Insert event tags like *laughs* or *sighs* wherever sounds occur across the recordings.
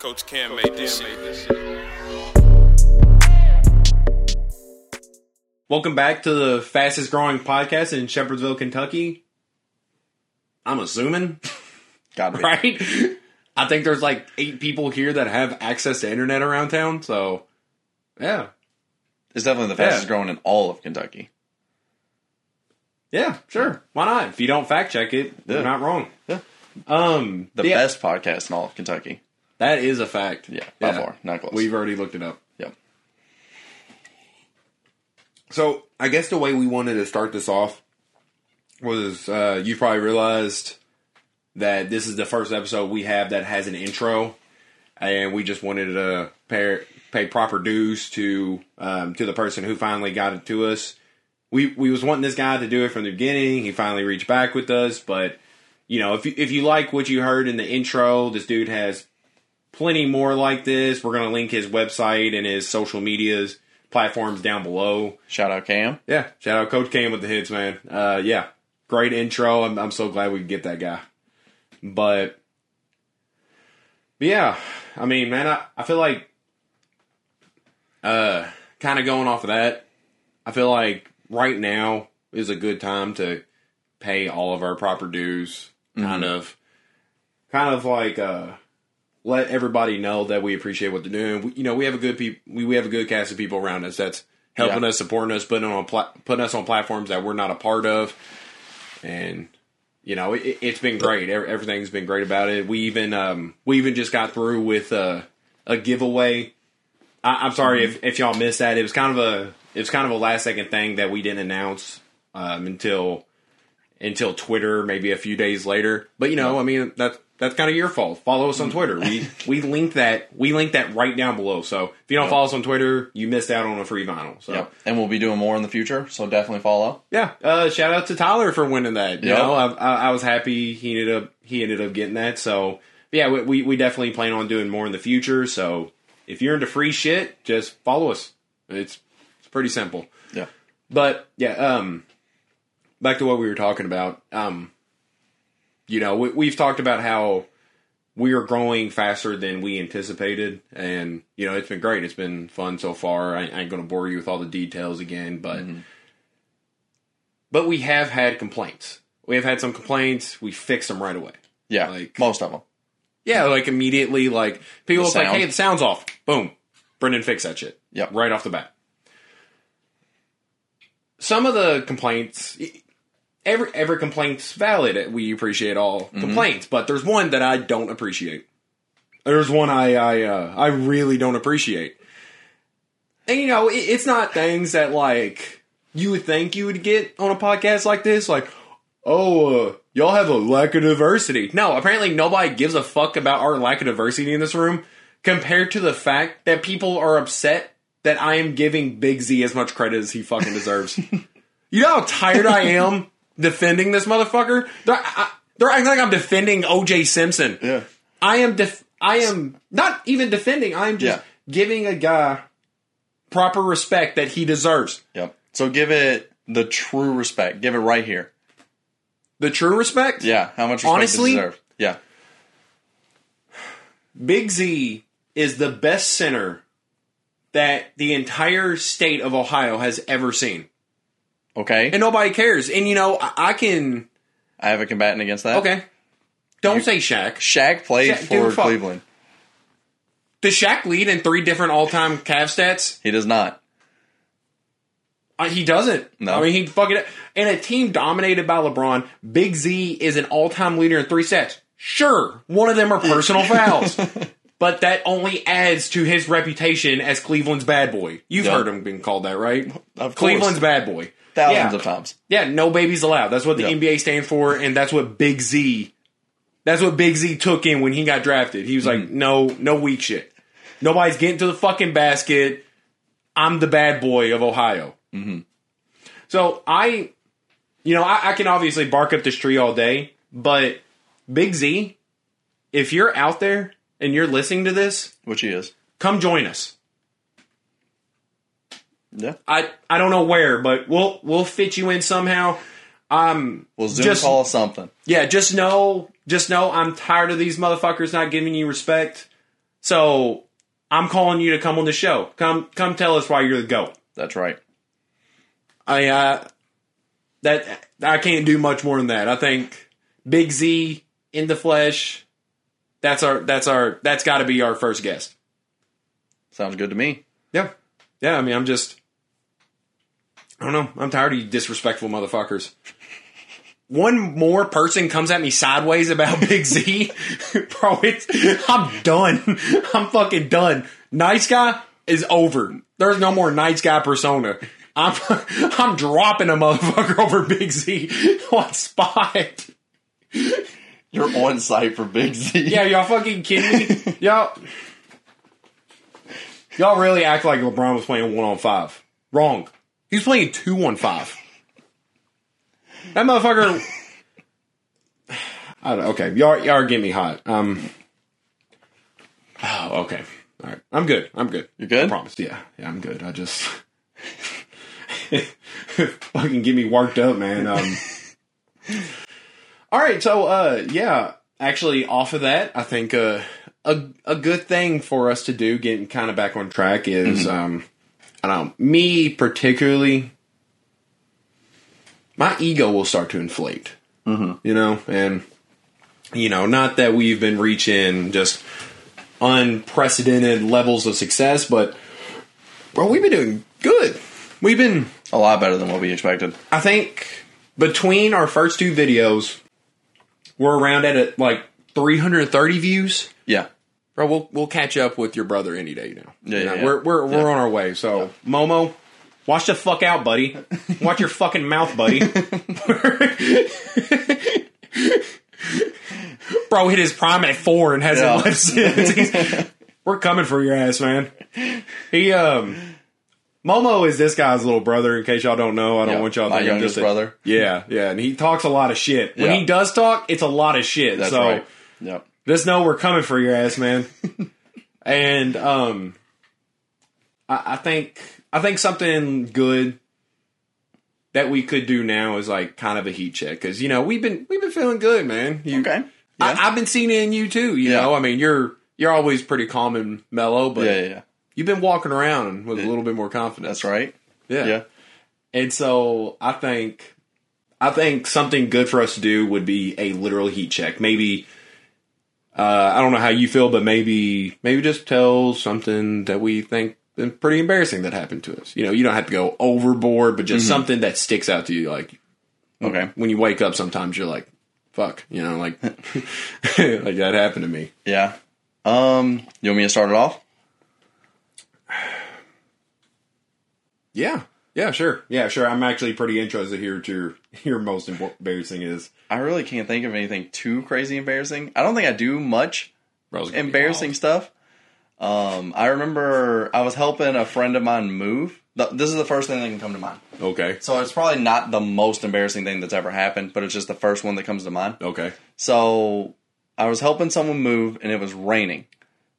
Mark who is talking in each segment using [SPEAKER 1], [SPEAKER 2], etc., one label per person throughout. [SPEAKER 1] Coach Cam made this shit.
[SPEAKER 2] Welcome back to the fastest growing podcast in Shepherdsville, Kentucky. I'm assuming,
[SPEAKER 3] Gotta be.
[SPEAKER 2] *laughs* right? I think there's like eight people here that have access to internet around town, so yeah.
[SPEAKER 3] It's definitely the fastest
[SPEAKER 2] Yeah.
[SPEAKER 3] growing in all of Kentucky.
[SPEAKER 2] Yeah, sure. Why not? If you don't fact check it,
[SPEAKER 3] Yeah.
[SPEAKER 2] you're not wrong.
[SPEAKER 3] Yeah.
[SPEAKER 2] Um
[SPEAKER 3] The
[SPEAKER 2] yeah,
[SPEAKER 3] best podcast in all of Kentucky.
[SPEAKER 2] That is a fact.
[SPEAKER 3] Yeah, by far, not close.
[SPEAKER 2] We've already looked it up.
[SPEAKER 3] Yep.
[SPEAKER 2] So I guess the way we wanted to start this off was uh, you probably realized that this is the first episode we have that has an intro, and we just wanted to pay, pay proper dues to um, to the person who finally got it to us. We we was wanting this guy to do it from the beginning. He finally reached back with us, but you know if you, if you like what you heard in the intro, this dude has plenty more like this. We're going to link his website and his social medias platforms down below.
[SPEAKER 3] Shout out Cam.
[SPEAKER 2] Yeah, shout out Coach Cam with the hits, man. Uh, yeah, great intro. I'm, I'm so glad we could get that guy. But, but yeah, I mean, man, I, I feel like, uh, kind of going off of that, I feel like right now is a good time to pay all of our proper dues. Kind of, kind of like, uh, let everybody know that we appreciate what they're doing. We, you know, we have a good peop we, we have a good cast of people around us that's helping
[SPEAKER 3] Yeah.
[SPEAKER 2] us, supporting us, putting on pla- putting us on platforms that we're not a part of, and you know, it, it's been great. Ev- Everything's been great about it. We even um, we even just got through with uh, a giveaway. I, I'm sorry if, if y'all missed that. It was kind of a it was kind of a last second thing that we didn't announce um, until until Twitter, maybe a few days later. But you know, I mean, that's that's kind of your fault. Follow us on Twitter. We we link that we link that right down below. So if you don't follow us on Twitter, you missed out on a free vinyl. So
[SPEAKER 3] Yep. And we'll be doing more in the future, so definitely follow.
[SPEAKER 2] yeah, uh, shout out to Tyler for winning that. You
[SPEAKER 3] Yeah.
[SPEAKER 2] know, I, I, I was happy he ended up he ended up getting that. So but yeah, we, we we definitely plan on doing more in the future. So if you're into free shit, just follow us. It's it's pretty simple.
[SPEAKER 3] Yeah.
[SPEAKER 2] But yeah, um, back to what we were talking about. Um, you know, we, we've talked about how we are growing faster than we anticipated, and you know, it's been great. It's been fun so far. I, I ain't going to bore you with all the details again, but but we have had complaints. We have had some complaints. We fixed them right away.
[SPEAKER 3] Yeah.
[SPEAKER 2] Like-
[SPEAKER 3] most of them.
[SPEAKER 2] Yeah, like immediately, like people
[SPEAKER 3] The
[SPEAKER 2] was like,
[SPEAKER 3] sound.
[SPEAKER 2] "Hey, the sound's off." Boom, Brendan fixed that shit.
[SPEAKER 3] Yep.
[SPEAKER 2] right off the bat. Some of the complaints, e, every every complaint's valid. We appreciate all
[SPEAKER 3] Mm-hmm.
[SPEAKER 2] complaints, but there's one that I don't appreciate. There's one I I uh, I really don't appreciate, and you know, it, it's not things that like you would think you would get on a podcast like this, like. Oh, uh, y'all have a lack of diversity. No, apparently nobody gives a fuck about our lack of diversity in this room compared to the fact that people are upset that I am giving Big Z as much credit as he fucking deserves. *laughs* you know how tired I am defending this motherfucker? They're, I, they're acting like I'm defending OJ Simpson.
[SPEAKER 3] Yeah.
[SPEAKER 2] I am def- I am not even defending. I'm just giving a guy proper respect that he deserves.
[SPEAKER 3] Yep. So give it the true respect. Give it right here.
[SPEAKER 2] The true respect?
[SPEAKER 3] Yeah. How much respect
[SPEAKER 2] Honestly?
[SPEAKER 3] it deserves. Yeah.
[SPEAKER 2] Big Z is the best center that the entire state of Ohio has ever seen.
[SPEAKER 3] Okay.
[SPEAKER 2] And nobody cares. And you know, I, I can
[SPEAKER 3] I have a combatant against that.
[SPEAKER 2] okay. Don't say Shaq.
[SPEAKER 3] Shaq played
[SPEAKER 2] Shaq-
[SPEAKER 3] for
[SPEAKER 2] dude, fuck.
[SPEAKER 3] Cleveland.
[SPEAKER 2] Does Shaq lead in three different all-time Cavs stats?
[SPEAKER 3] He does not.
[SPEAKER 2] Uh, he doesn't.
[SPEAKER 3] No.
[SPEAKER 2] I mean, he fucking and a team dominated by LeBron. Big Z is an all-time leader in three stats. Sure, one of them are
[SPEAKER 3] *laughs*
[SPEAKER 2] personal fouls, but that only adds to his reputation as Cleveland's bad boy. You've
[SPEAKER 3] Yeah.
[SPEAKER 2] heard him being called that, right?
[SPEAKER 3] Of course.
[SPEAKER 2] Cleveland's bad boy.
[SPEAKER 3] Thousands
[SPEAKER 2] yeah.
[SPEAKER 3] of times.
[SPEAKER 2] Yeah, no babies allowed. That's what the
[SPEAKER 3] Yeah.
[SPEAKER 2] NBA stands for, and that's what Big Z. That's what Big Z took in when he got drafted. He was like, "No, no weak shit. Nobody's getting to the fucking basket. I'm the bad boy of Ohio." Mm-hmm. So I, you know, I, I can obviously bark up this tree all day, but Big Z, if you're out there and you're listening to this,
[SPEAKER 3] Which he is.
[SPEAKER 2] come join us.
[SPEAKER 3] Yeah.
[SPEAKER 2] I I don't know where, but we'll we'll fit you in somehow. Um,
[SPEAKER 3] Well, Zoom
[SPEAKER 2] Just-
[SPEAKER 3] call something.
[SPEAKER 2] yeah, just know, just know, I'm tired of these motherfuckers not giving you respect. So I'm calling you to come on the show. Come, come tell us why you're the goat.
[SPEAKER 3] That's right.
[SPEAKER 2] I uh, that I can't do much more than that. I think Big Z in the flesh. That's our. That's our. That's got to be our first guest.
[SPEAKER 3] Sounds good to me.
[SPEAKER 2] Yeah. Yeah, I mean, I'm just. I don't know. I'm tired of you disrespectful motherfuckers. One more person comes at me sideways about *laughs* Big Z, bro. It's I'm done. *laughs* I'm fucking done. Nice guy is over. There's no more nice guy persona. I'm *laughs* I'm dropping a motherfucker *laughs* over Big Z *laughs* on spot.
[SPEAKER 3] You're on site for Big Z.
[SPEAKER 2] Yeah, y'all fucking kidding me? y'all, y'all really act like LeBron was playing one on five. Wrong. He was playing two on five. That motherfucker. *sighs* I don't, okay, y'all, y'all get me hot. Um. *sighs* Oh, okay. All right, I'm good. I'm good.
[SPEAKER 3] You're good?
[SPEAKER 2] I promise. Yeah, yeah, I'm good. I just *laughs* fucking get me worked up, man. Um. *laughs* All right, so uh, yeah, actually, off of that, I think uh, a a good thing for us to do, getting kind of back on track, is um, I don't know, me particularly, my ego will start to inflate, mm-hmm. you know, and you know, not that we've been reaching just unprecedented levels of success, but bro, we've been doing good. We've been
[SPEAKER 3] A lot better than what we expected.
[SPEAKER 2] I think between our first two videos, we're around at uh, like 330 views.
[SPEAKER 3] Yeah.
[SPEAKER 2] Bro, we'll we'll catch up with your brother any day now.
[SPEAKER 3] Yeah,
[SPEAKER 2] You know,
[SPEAKER 3] yeah, yeah.
[SPEAKER 2] We're we're we're on our way. So Momo, watch the fuck out,
[SPEAKER 3] *laughs*
[SPEAKER 2] buddy. Watch your fucking mouth, buddy. Bro hit his prime at four and hasn't
[SPEAKER 3] Yeah.
[SPEAKER 2] left since.
[SPEAKER 3] *laughs*
[SPEAKER 2] He's- we're coming for your ass, man. He um Momo is this guy's little brother. In case y'all don't know, I don't
[SPEAKER 3] Yeah,
[SPEAKER 2] want y'all.
[SPEAKER 3] my
[SPEAKER 2] thinking I'm
[SPEAKER 3] youngest
[SPEAKER 2] just a-
[SPEAKER 3] brother.
[SPEAKER 2] yeah, yeah, and he talks a lot of shit. When
[SPEAKER 3] Yeah.
[SPEAKER 2] he does talk, it's a lot of shit.
[SPEAKER 3] That's
[SPEAKER 2] so
[SPEAKER 3] right. Yep.
[SPEAKER 2] just know we're coming for your ass,
[SPEAKER 3] *laughs*
[SPEAKER 2] man. and um, I, I think I think something good that we could do now is like kind of a heat check because you know we've been we've been feeling good, man. You,
[SPEAKER 3] Okay. Yeah.
[SPEAKER 2] I, I've been seeing it in you too. You
[SPEAKER 3] Yeah.
[SPEAKER 2] know, I mean you're you're always pretty calm and mellow, but
[SPEAKER 3] Yeah, yeah, yeah.
[SPEAKER 2] you've been walking around with a little bit more confidence.
[SPEAKER 3] That's right. Yeah.
[SPEAKER 2] And so I think I think something good for us to do would be a literal heat check. Maybe uh, I don't know how you feel, but maybe maybe just tell something that we think is pretty embarrassing that happened to us. You know, you don't have to go overboard, but just something that sticks out to you. Like
[SPEAKER 3] Okay.
[SPEAKER 2] when you wake up, sometimes you're like, "Fuck," you know, like like that happened to me.
[SPEAKER 3] Yeah. Um, you want me to start it off?
[SPEAKER 2] Yeah, yeah, sure, yeah, sure. I'm actually pretty interested to hear what your *laughs* your most embarrassing is.
[SPEAKER 3] I really can't think of anything too crazy embarrassing. I don't think I do much
[SPEAKER 2] Bro, it's gonna be
[SPEAKER 3] embarrassing stuff. Um, I remember I was helping a friend of mine move. Th- This is the first thing that can come to mind.
[SPEAKER 2] wild. Okay,
[SPEAKER 3] So it's probably not the most embarrassing thing that's ever happened, but it's just the first one that comes to mind.
[SPEAKER 2] okay,
[SPEAKER 3] So I was helping someone move and it was raining.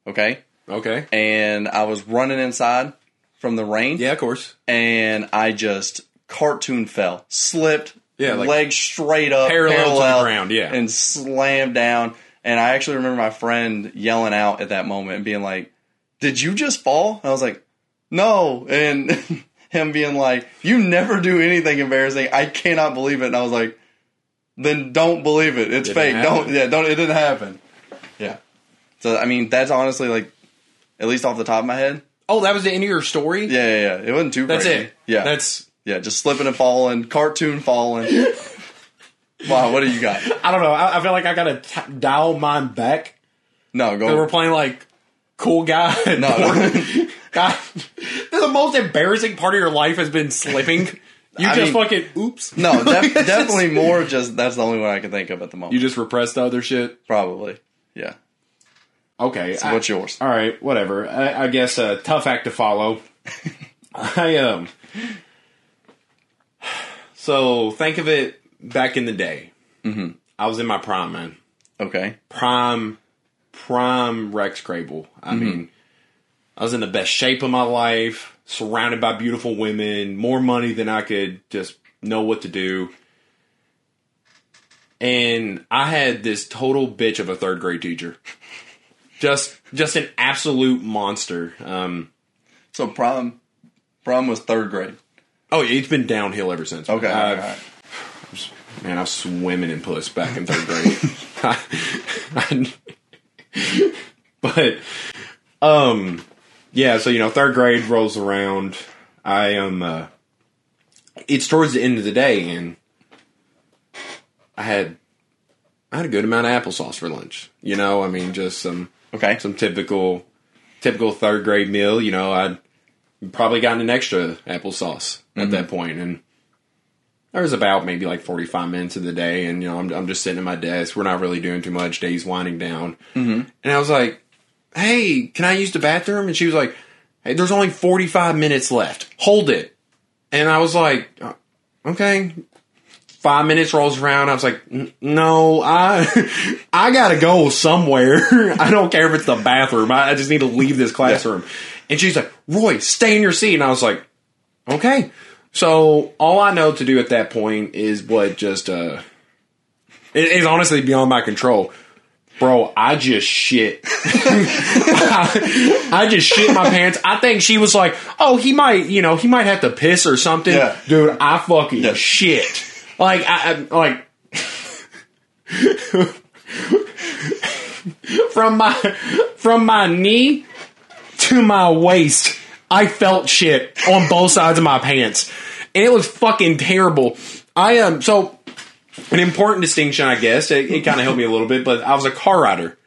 [SPEAKER 3] Okay.
[SPEAKER 2] okay.
[SPEAKER 3] And I was running inside from the rain
[SPEAKER 2] Yeah, of course.
[SPEAKER 3] and I just cartoon fell, slipped,
[SPEAKER 2] Yeah, like-
[SPEAKER 3] legs straight up,
[SPEAKER 2] Parallel to the
[SPEAKER 3] parallel,
[SPEAKER 2] ground, yeah.
[SPEAKER 3] and slammed down. And I actually remember my friend yelling out at that moment and being like, "Did you just fall?" And I was like, "No," and *laughs* him being like, "You never do anything embarrassing. I cannot believe it." And I was like, "Then don't believe it. It's
[SPEAKER 2] Didn't
[SPEAKER 3] fake. Don't
[SPEAKER 2] happen.
[SPEAKER 3] yeah, don't. It didn't happen." Yeah. So I mean, that's honestly like, at least off the top of my head,
[SPEAKER 2] Oh, that was the end of your story.
[SPEAKER 3] yeah, yeah, yeah. It wasn't too.
[SPEAKER 2] that's
[SPEAKER 3] crazy.
[SPEAKER 2] it.
[SPEAKER 3] Yeah,
[SPEAKER 2] that's
[SPEAKER 3] yeah, just slipping and falling, cartoon falling.
[SPEAKER 2] *laughs*
[SPEAKER 3] wow, what do you got?
[SPEAKER 2] I don't know. I, I feel like I gotta t- dial mine back.
[SPEAKER 3] No,
[SPEAKER 2] They
[SPEAKER 3] go.
[SPEAKER 2] We're playing like cool guy. *laughs* and
[SPEAKER 3] Oh. No,
[SPEAKER 2] poor-
[SPEAKER 3] no.
[SPEAKER 2] *laughs* God, the most embarrassing part of your life has been slipping. You
[SPEAKER 3] *laughs* I
[SPEAKER 2] just
[SPEAKER 3] mean-
[SPEAKER 2] fucking oops. *laughs*
[SPEAKER 3] *laughs* no
[SPEAKER 2] Like,
[SPEAKER 3] def-
[SPEAKER 2] it's
[SPEAKER 3] definitely
[SPEAKER 2] just-
[SPEAKER 3] more. Just that's the only one I can think of at the moment.
[SPEAKER 2] You just repressed the other shit.
[SPEAKER 3] Probably, yeah.
[SPEAKER 2] Okay,
[SPEAKER 3] So
[SPEAKER 2] I-
[SPEAKER 3] what's yours?
[SPEAKER 2] All right, whatever. I, I guess a tough act to
[SPEAKER 3] *laughs*
[SPEAKER 2] follow. I um. *sighs* So think of it back in the day. Mm-hmm. I was in my prime, man.
[SPEAKER 3] Okay,
[SPEAKER 2] prime, prime Rex Crable. I
[SPEAKER 3] Mm-hmm.
[SPEAKER 2] mean, I was in the best shape of my life, surrounded by beautiful women, more money than I could just know what to do. And I had this total bitch of a third grade teacher. *laughs* Just just an absolute monster. Um,
[SPEAKER 3] So prom, prom was third grade.
[SPEAKER 2] oh, yeah, it's been downhill ever since.
[SPEAKER 3] Okay,
[SPEAKER 2] Uh,
[SPEAKER 3] all right.
[SPEAKER 2] Man, I was swimming in puss back in third grade. I- I- *laughs* but um yeah, so you know, third grade rolls around. I am uh it's towards the end of the day and I had I had a good amount of applesauce for lunch. You know, I mean just some
[SPEAKER 3] okay.
[SPEAKER 2] some typical typical third grade meal, you know, I'd probably gotten an extra applesauce at that point and there was about maybe like 45 minutes of the day and you know I'm, I'm just sitting at my desk we're not really doing too much day's winding down mm-hmm. and I was like hey can I use the bathroom and she was like hey there's only 45 minutes left hold it and I was like "Uh, okay five minutes rolls around I was like "N- no I *laughs* I gotta go somewhere *laughs* I don't care if it's the bathroom I, I just need to leave this classroom and she's like Roy stay in your seat and I was like Okay. So all I know to do at that point is what just uh it is honestly beyond my control. Bro, I just shit. *laughs* I, just shit my pants. I think she was like, "Oh, he might, you know, he might have to piss or something."
[SPEAKER 3] Yeah.
[SPEAKER 2] Dude, I fucking
[SPEAKER 3] Yeah.
[SPEAKER 2] shit. Like I, I like *laughs* from my from my knee to my waist, I felt shit on both sides of my pants, and it was fucking terrible. I am um, so an important distinction, I guess. It, it kind of helped me a little bit, but I was a car rider,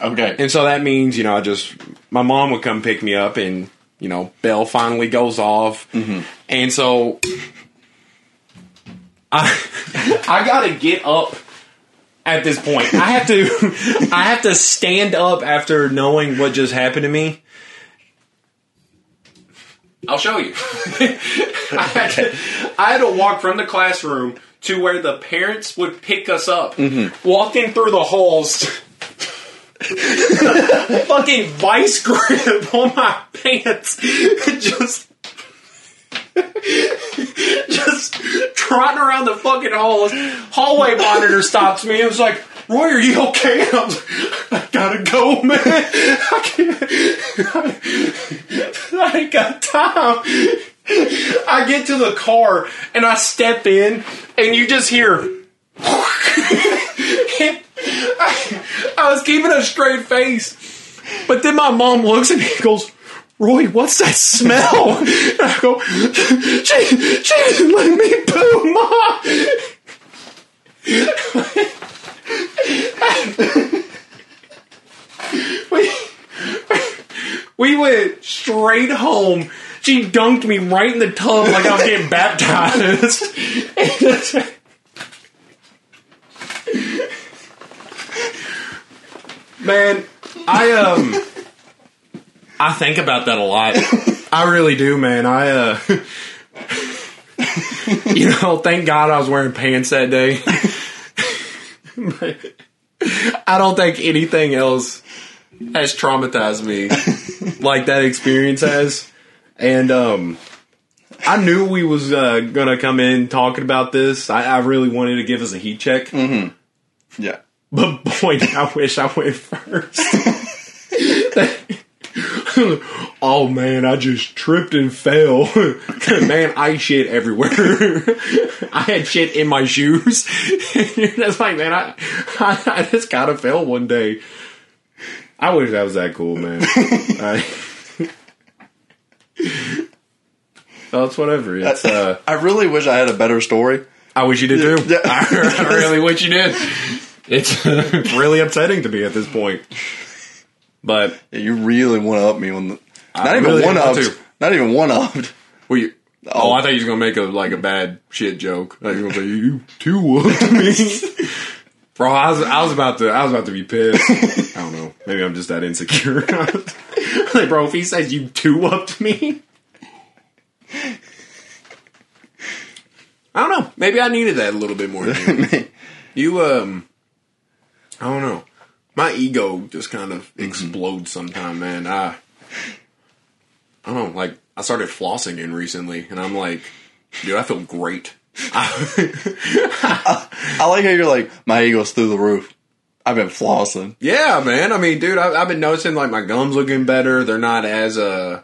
[SPEAKER 3] Okay.
[SPEAKER 2] and so that means you know I just my mom would come pick me up, and you know bell finally goes off, and so I *laughs* I gotta get up. At this point, I have to, *laughs* I have to stand up after knowing what just happened to me. I'll show you. *laughs* I, had to, I had to walk from the classroom to where the parents would pick us up, walking through the halls. fucking vice *laughs* grip on my pants, *laughs* just, *laughs* just trotting around the fucking halls. Hallway monitor stops me. and was like, "Roy, are you okay?" *laughs* I, was like, I gotta go, man. *laughs* I can't. *laughs* I ain't got time. *laughs* I get to the car and I step in, and you just hear. *laughs* I, I was keeping a straight face, but then my mom looks at me and goes, "Roy, what's that smell?" And I go, "She, she didn't let me poo, ma." We went straight home. She dunked me right in the tub like I was getting baptized. Man, I um I think about that a lot. I really do, man. I uh *laughs* You know, thank God I was wearing pants that day. *laughs* I don't think anything else has traumatized me like that experience has. And um I knew we was uh, gonna come in talking about this. I, I really wanted to give us a heat check,
[SPEAKER 3] Yeah.
[SPEAKER 2] but boy, *laughs* did I wish I went first. *laughs* oh man, I just tripped and fell. *laughs* man, I shit everywhere. *laughs* I had shit in my shoes. *laughs* That's like, man, I, *laughs* I I just gotta fail one day. I wish that was that cool, man. *laughs* I, well, it's whatever. It's uh,
[SPEAKER 3] I really wish I had a better story.
[SPEAKER 2] I wish you did too.
[SPEAKER 3] Yeah.
[SPEAKER 2] *laughs* I, I really wish you
[SPEAKER 3] *laughs*
[SPEAKER 2] did. It's *laughs* really upsetting to me at this point. But
[SPEAKER 3] Yeah, you really one up me when the, not even
[SPEAKER 2] really
[SPEAKER 3] one
[SPEAKER 2] want
[SPEAKER 3] upped.
[SPEAKER 2] to.
[SPEAKER 3] Not even one upped.
[SPEAKER 2] Were you? Oh, I thought you was gonna make a like a bad shit joke. I was gonna say you too whooped me, bro. I was, I was about to I was about to be pissed. I don't know. Maybe I'm just that insecure. *laughs* like, bro, if he says you two whooped me, I don't know. Maybe I needed that a little bit more. Than you. you um, I don't know. My ego just kind of explodes sometime, man. I. I don't know, like I started flossing in recently, and I'm like, dude, I feel great. *laughs*
[SPEAKER 3] I like how you're like my ego's through the roof. I've been flossing.
[SPEAKER 2] Yeah, man. I mean, dude, I, I've been noticing like my gums looking better. They're not as uh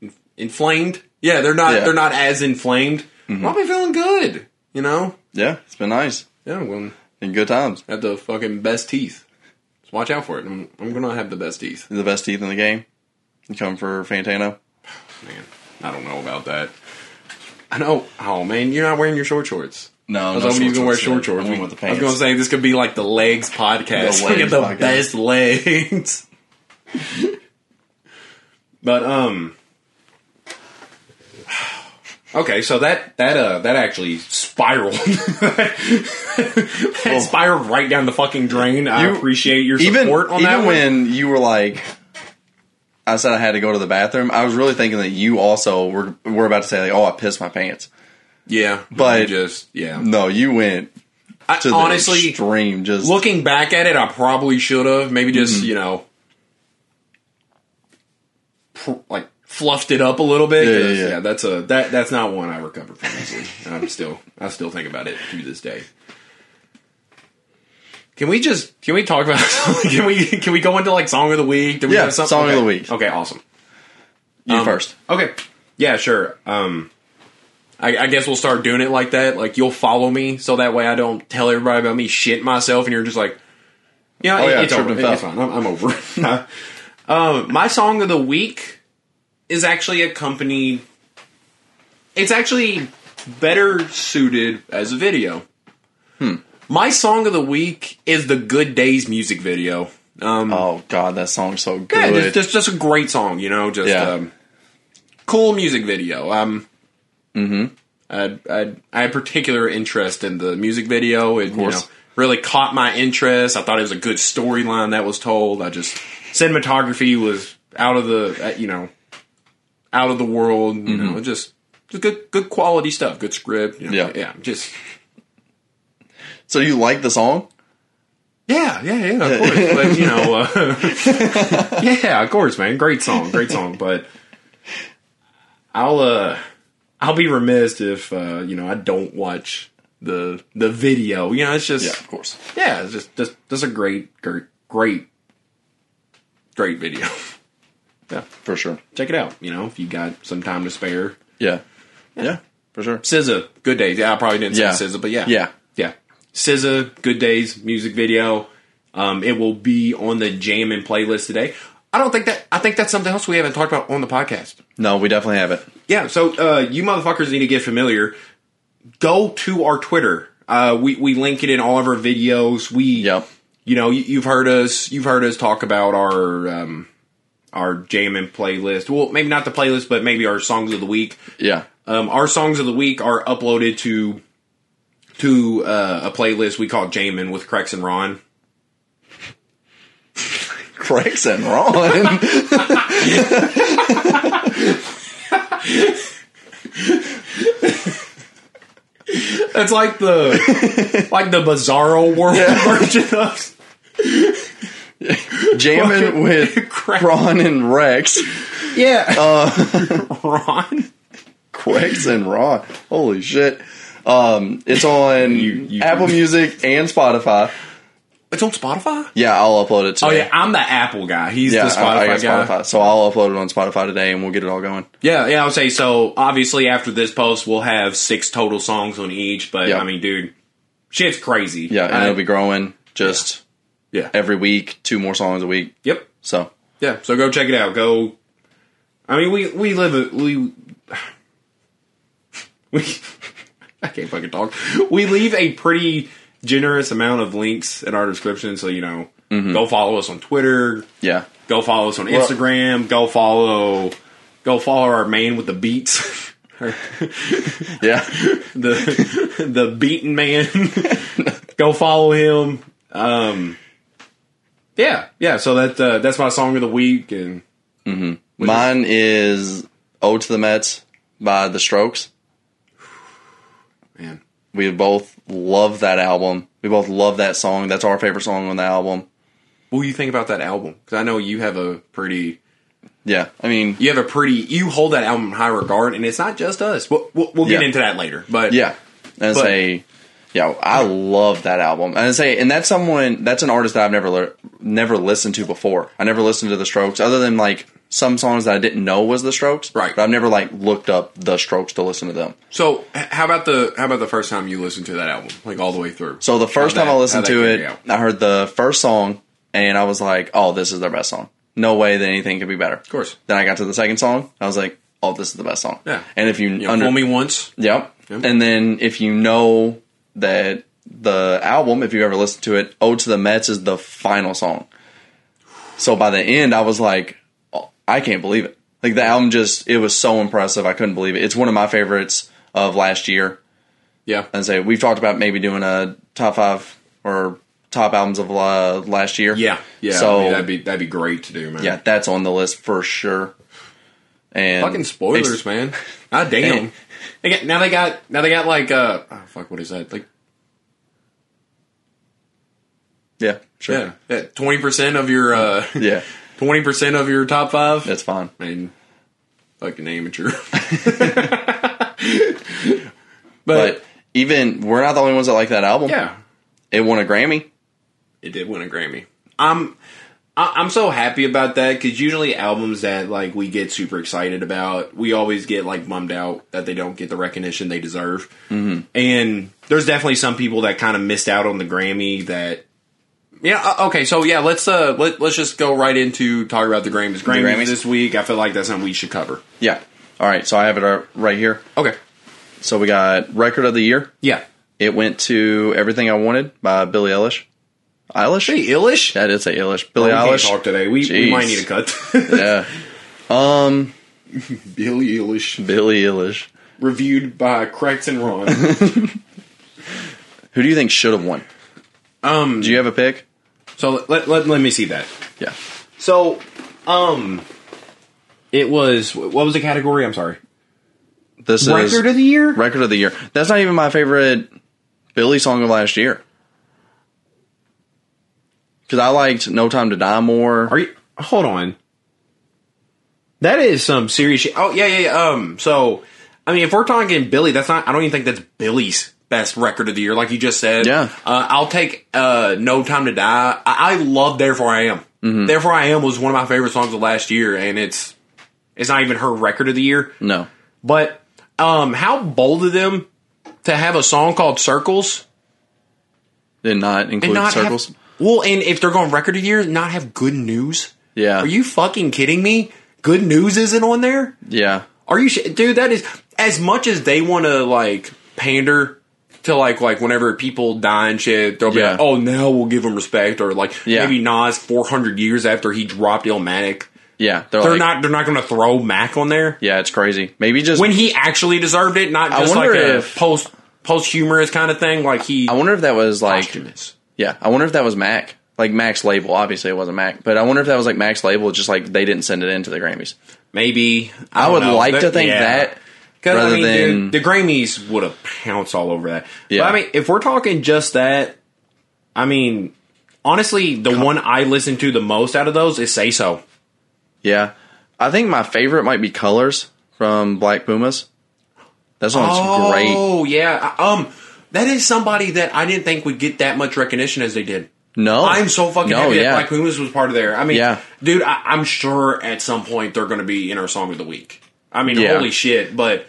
[SPEAKER 2] in- inflamed. Yeah, they're not.
[SPEAKER 3] Yeah.
[SPEAKER 2] They're not as inflamed. I'll be feeling good. You know.
[SPEAKER 3] Yeah, it's been nice
[SPEAKER 2] Yeah, well,
[SPEAKER 3] and good times.
[SPEAKER 2] I have the fucking best teeth. Just watch out for it. I'm, I'm gonna have the best teeth.
[SPEAKER 3] The best teeth in the game. You come for Fantano.
[SPEAKER 2] Man, I don't know about that. I know. Oh man, you're not wearing your short shorts.
[SPEAKER 3] No,
[SPEAKER 2] I was hoping you can wear short shorts.
[SPEAKER 3] I went with the
[SPEAKER 2] I was gonna
[SPEAKER 3] pants.
[SPEAKER 2] say this could be like the legs podcast.
[SPEAKER 3] The
[SPEAKER 2] *laughs* Look at
[SPEAKER 3] legs
[SPEAKER 2] the
[SPEAKER 3] podcast.
[SPEAKER 2] best legs. but um, okay, so that that uh that actually spiraled. *laughs* that
[SPEAKER 3] Well-
[SPEAKER 2] spiraled right down the fucking drain. I
[SPEAKER 3] Oh. You-
[SPEAKER 2] appreciate your
[SPEAKER 3] even
[SPEAKER 2] support on
[SPEAKER 3] even
[SPEAKER 2] that one.
[SPEAKER 3] when you were like, I said I had to go to the bathroom. I was really thinking that you also were were about to say like, oh, I pissed my pants.
[SPEAKER 2] yeah,
[SPEAKER 3] But-
[SPEAKER 2] you just yeah.
[SPEAKER 3] No, you went
[SPEAKER 2] I,
[SPEAKER 3] to the
[SPEAKER 2] honestly,
[SPEAKER 3] extreme. Just
[SPEAKER 2] looking back at it, I probably should have. Maybe just
[SPEAKER 3] Mm-hmm.
[SPEAKER 2] you know, pr- like fluffed it up a little bit.
[SPEAKER 3] Yeah,
[SPEAKER 2] 'cause,
[SPEAKER 3] yeah, yeah.
[SPEAKER 2] that's a that that's not one I recovered from easily. And I'm still I still think about it to this day. Can we just can we talk about *laughs* can we can we go into like song of the week? Do we
[SPEAKER 3] Yeah,
[SPEAKER 2] have something?
[SPEAKER 3] song of
[SPEAKER 2] Okay.
[SPEAKER 3] the week.
[SPEAKER 2] Okay, awesome.
[SPEAKER 3] you
[SPEAKER 2] Um,
[SPEAKER 3] first.
[SPEAKER 2] Okay. Yeah, sure. Um, I, I guess we'll start doing it like that. Like you'll follow me, so that way I don't tell everybody about me shit myself, and you're just like, you know,
[SPEAKER 3] Oh,
[SPEAKER 2] it-
[SPEAKER 3] yeah,
[SPEAKER 2] it's
[SPEAKER 3] tripped
[SPEAKER 2] over.
[SPEAKER 3] and fell.
[SPEAKER 2] It's fine. I'm, I'm over. it. *laughs* um, my song of the week is actually accompanied. It's actually better suited as a video. Hmm. My song of the week is the Good Days music video. Um,
[SPEAKER 3] Oh God, that song's so good.
[SPEAKER 2] yeah, just, just just a great song, you know, just
[SPEAKER 3] Yeah.
[SPEAKER 2] um, cool music video. Um, mm-hmm. I, I I had particular interest in the music video. It you know,
[SPEAKER 3] course.
[SPEAKER 2] really caught my interest. I thought it was a good storyline that was told. I just cinematography was out of the uh, you know out of the world. You
[SPEAKER 3] Mm-hmm.
[SPEAKER 2] know, just just good good quality stuff. Good script. you know,
[SPEAKER 3] Yeah.
[SPEAKER 2] yeah, just.
[SPEAKER 3] so you like the song?
[SPEAKER 2] Yeah, yeah, yeah, of course.
[SPEAKER 3] *laughs*
[SPEAKER 2] But you know, uh, *laughs* yeah, of course, man. Great song, great song. But I'll uh, I'll be remiss if uh, you know I don't watch the the video. You know, it's just
[SPEAKER 3] Yeah,
[SPEAKER 2] yeah,
[SPEAKER 3] of course.
[SPEAKER 2] it's just just just a great, great, great, great video. *laughs* yeah,
[SPEAKER 3] For sure.
[SPEAKER 2] check it out. You know, if you got some time to spare,
[SPEAKER 3] Yeah. Yeah, for sure.
[SPEAKER 2] SZA, Good Days. Yeah, I probably didn't say
[SPEAKER 3] Yeah.
[SPEAKER 2] SZA, but yeah,
[SPEAKER 3] Yeah.
[SPEAKER 2] Yeah. SZA, Good Days music video. Um, it will be on the jam and playlist today. I don't think that. I think that's something else we haven't talked about on the podcast.
[SPEAKER 3] No, we definitely have it.
[SPEAKER 2] Yeah. So uh, you motherfuckers need to get familiar. Go to our Twitter. Uh, we we link it in all of our videos. We
[SPEAKER 3] Yep.
[SPEAKER 2] you know you, you've heard us you've heard us talk about our um, our jam and playlist. Well, maybe not the playlist, but maybe our songs of the week.
[SPEAKER 3] Yeah.
[SPEAKER 2] Um, our songs of the week are uploaded to to uh, a playlist we call Jamin with Crex and Ron.
[SPEAKER 3] Craig's
[SPEAKER 2] *laughs*
[SPEAKER 3] and *laughs* Ron.
[SPEAKER 2] That's like
[SPEAKER 3] *laughs*
[SPEAKER 2] the like the Bizarro World *laughs* version of *laughs*
[SPEAKER 3] Jamming with
[SPEAKER 2] Craig.
[SPEAKER 3] Ron and Rex.
[SPEAKER 2] yeah *laughs*
[SPEAKER 3] Uh,
[SPEAKER 2] Ron.
[SPEAKER 3] Craig's and Ron. Holy shit. Um, it's on
[SPEAKER 2] you-
[SPEAKER 3] Apple Music and Spotify.
[SPEAKER 2] It's on Spotify.
[SPEAKER 3] Yeah, I'll upload it today.
[SPEAKER 2] Oh yeah, I'm the Apple guy. He's
[SPEAKER 3] Yeah,
[SPEAKER 2] the Spotify
[SPEAKER 3] I, I
[SPEAKER 2] guy.
[SPEAKER 3] got Spotify. So I'll upload it on Spotify today and we'll get it all going.
[SPEAKER 2] Yeah, yeah. I would say so. Obviously, after this post, we'll have six total songs on each. But
[SPEAKER 3] Yeah.
[SPEAKER 2] I mean, dude, shit's crazy.
[SPEAKER 3] Yeah, and
[SPEAKER 2] I-
[SPEAKER 3] it'll be growing just
[SPEAKER 2] yeah.
[SPEAKER 3] every week, two more songs a week.
[SPEAKER 2] Yep.
[SPEAKER 3] So
[SPEAKER 2] Yeah, so go check it out. Go. I mean, we we live a, we *sighs* we. *laughs* I can't fucking talk. We leave a pretty generous amount of links in our description, so you know, go follow us on Twitter. *laughs*
[SPEAKER 3] yeah.
[SPEAKER 2] Go follow us on Instagram. Go follow. Go follow our man with the beats. *laughs*
[SPEAKER 3] Yeah.
[SPEAKER 2] the *laughs* the beaten man. *laughs* Go follow him. Um, yeah, yeah. So that uh, that's my song of the week, and
[SPEAKER 3] Mine is Ode to the Mets by The Strokes.
[SPEAKER 2] man,
[SPEAKER 3] We both love that album. We both love that song. That's our favorite song on the album.
[SPEAKER 2] what do you think about that album? Because I know you have a pretty
[SPEAKER 3] Yeah. I mean,
[SPEAKER 2] you have a pretty you hold that album in high regard, and it's not just us. We'll, we'll, we'll get
[SPEAKER 3] Yeah.
[SPEAKER 2] into that later, but
[SPEAKER 3] yeah. That's
[SPEAKER 2] But-
[SPEAKER 3] a Yeah, I love that album. And I say, and that's someone that's an artist that I've never lear- never listened to before. I never listened to the Strokes other than like some songs that I didn't know was the Strokes.
[SPEAKER 2] Right.
[SPEAKER 3] But I've never like looked up the Strokes to listen to them.
[SPEAKER 2] So h- how about the how about the first time you listened to that album, like all the way through?
[SPEAKER 3] So the first
[SPEAKER 2] How'd
[SPEAKER 3] time I
[SPEAKER 2] that-
[SPEAKER 3] listened
[SPEAKER 2] how'd that
[SPEAKER 3] to
[SPEAKER 2] carry
[SPEAKER 3] it,
[SPEAKER 2] out?
[SPEAKER 3] I heard the first song and I was like, "Oh, this is their best song. No way that anything could be better." Of
[SPEAKER 2] course.
[SPEAKER 3] Then I got to the second song. I was like, "Oh, this is the best song."
[SPEAKER 2] Yeah.
[SPEAKER 3] And if you,
[SPEAKER 2] you know,
[SPEAKER 3] under-
[SPEAKER 2] fool me once.
[SPEAKER 3] Yep.
[SPEAKER 2] Yep.
[SPEAKER 3] And then if you know that the album, if you ever listened to it, Ode to the Mets is the final song. So by the end, I was like, oh, I can't believe it. Like the album just, it was so impressive. I couldn't believe it. It's one of my favorites of last year.
[SPEAKER 2] Yeah,
[SPEAKER 3] And say, we've talked about maybe doing a top five or top albums of uh, last year.
[SPEAKER 2] yeah, yeah. I
[SPEAKER 3] So
[SPEAKER 2] mean, that'd be that'd be great to do, man.
[SPEAKER 3] yeah, that's on the list for sure. And
[SPEAKER 2] fucking spoilers,
[SPEAKER 3] Ex- *laughs*
[SPEAKER 2] man. God damn. They got, now they got now they got like uh oh, fuck what is that like
[SPEAKER 3] Yeah, sure.
[SPEAKER 2] yeah twenty percent of your uh *laughs*
[SPEAKER 3] yeah,
[SPEAKER 2] twenty percent of your top five.
[SPEAKER 3] that's fine.
[SPEAKER 2] I mean, fucking *laughs* amateur. but,
[SPEAKER 3] But even we're not the only ones that like that album.
[SPEAKER 2] yeah,
[SPEAKER 3] it won a Grammy.
[SPEAKER 2] it did win a Grammy. I'm I- I'm so happy about that because usually albums that like we get super excited about, we always get like bummed out that they don't get the recognition they deserve. Mm-hmm. And there's definitely some people that kind of missed out on the Grammy that. Yeah. uh, Okay. So yeah, let's uh let, let's just go right into talking about the Grammys. Grammys,
[SPEAKER 3] Grammys?
[SPEAKER 2] this week. I feel like that's something we should cover.
[SPEAKER 3] Yeah. All right, so I have it uh, right here.
[SPEAKER 2] Okay.
[SPEAKER 3] So we got record of the year.
[SPEAKER 2] Yeah.
[SPEAKER 3] It went to Everything I Wanted by Billie Eilish. Eilish?
[SPEAKER 2] Hey, Illish.
[SPEAKER 3] That is a Eilish. Billie
[SPEAKER 2] Oh, we can't
[SPEAKER 3] Eilish.
[SPEAKER 2] talk today. We, we might
[SPEAKER 3] Jeez.
[SPEAKER 2] need a cut. *laughs*
[SPEAKER 3] Yeah. Um,
[SPEAKER 2] Billy Eilish
[SPEAKER 3] Billie Eilish.
[SPEAKER 2] reviewed by Cracks and
[SPEAKER 3] *laughs*
[SPEAKER 2] Ron.
[SPEAKER 3] Who do you think should have won?
[SPEAKER 2] um.
[SPEAKER 3] Do you have a pick?
[SPEAKER 2] So let, let let me see that.
[SPEAKER 3] Yeah.
[SPEAKER 2] So, um, it was what was the category? I'm sorry.
[SPEAKER 3] This is
[SPEAKER 2] Record of the year.
[SPEAKER 3] record of the year. That's not even my favorite Billie song of last year. Because I liked No Time to Die more.
[SPEAKER 2] Are you? Hold on. That is some serious shit. Oh yeah, yeah, yeah. Um. So, I mean, if we're talking Billy, that's not. I don't even think that's Billy's best record of the year, like you just said.
[SPEAKER 3] Yeah.
[SPEAKER 2] Uh, I'll take uh No Time to Die. I, I love Therefore I Am. Therefore I Am was one of my favorite songs of last year, and it's it's not even her record of the year.
[SPEAKER 3] no.
[SPEAKER 2] But um, how bold of them to have a song called Circles
[SPEAKER 3] Did not include
[SPEAKER 2] and not
[SPEAKER 3] circles.
[SPEAKER 2] have well, and if they're going record of the year, not have good news.
[SPEAKER 3] yeah.
[SPEAKER 2] Are you fucking kidding me? Good news isn't on there?
[SPEAKER 3] Yeah.
[SPEAKER 2] Are you sh- dude, that is as much as they want to like pander to like like whenever people die and shit, they'll be
[SPEAKER 3] Yeah.
[SPEAKER 2] like, "Oh, now we'll give them respect," or like
[SPEAKER 3] Yeah.
[SPEAKER 2] maybe Nas 400 years after he dropped Illmatic.
[SPEAKER 3] Yeah. They're,
[SPEAKER 2] They're
[SPEAKER 3] like,
[SPEAKER 2] not they're not going to throw Mac on there
[SPEAKER 3] Yeah, it's crazy. Maybe just
[SPEAKER 2] when he actually deserved it, not
[SPEAKER 3] I
[SPEAKER 2] just like
[SPEAKER 3] wonder
[SPEAKER 2] a
[SPEAKER 3] if-
[SPEAKER 2] post post humorous kind of thing like he
[SPEAKER 3] I wonder if that was like
[SPEAKER 2] posthumous.
[SPEAKER 3] yeah. I wonder if that was Mac. Like Mac's label. Obviously, it wasn't Mac, but I wonder if that was like Mac's label. Just like they didn't send it into the Grammys.
[SPEAKER 2] Maybe
[SPEAKER 3] I,
[SPEAKER 2] don't
[SPEAKER 3] would
[SPEAKER 2] know.
[SPEAKER 3] like
[SPEAKER 2] That-
[SPEAKER 3] to think
[SPEAKER 2] yeah.
[SPEAKER 3] that.
[SPEAKER 2] 'Cause, I
[SPEAKER 3] rather
[SPEAKER 2] mean,
[SPEAKER 3] than-
[SPEAKER 2] dude, the Grammys would have pounced all over that.
[SPEAKER 3] Yeah.
[SPEAKER 2] But I mean, if we're talking just that, I mean, honestly, the one I listen to the most out of those is "Say So."
[SPEAKER 3] Yeah, I think my favorite might be Colors from Black Pumas. That song's great.
[SPEAKER 2] Oh yeah, I- um, that is somebody that I didn't think would get that much recognition as they did.
[SPEAKER 3] No,
[SPEAKER 2] I'm so fucking
[SPEAKER 3] Oh. no,
[SPEAKER 2] happy
[SPEAKER 3] yeah.
[SPEAKER 2] that Black Pumas was part of there. I mean,
[SPEAKER 3] Yeah.
[SPEAKER 2] dude, I, I'm sure at some point they're going to be in our song of the week. I mean,
[SPEAKER 3] Yeah.
[SPEAKER 2] holy shit! But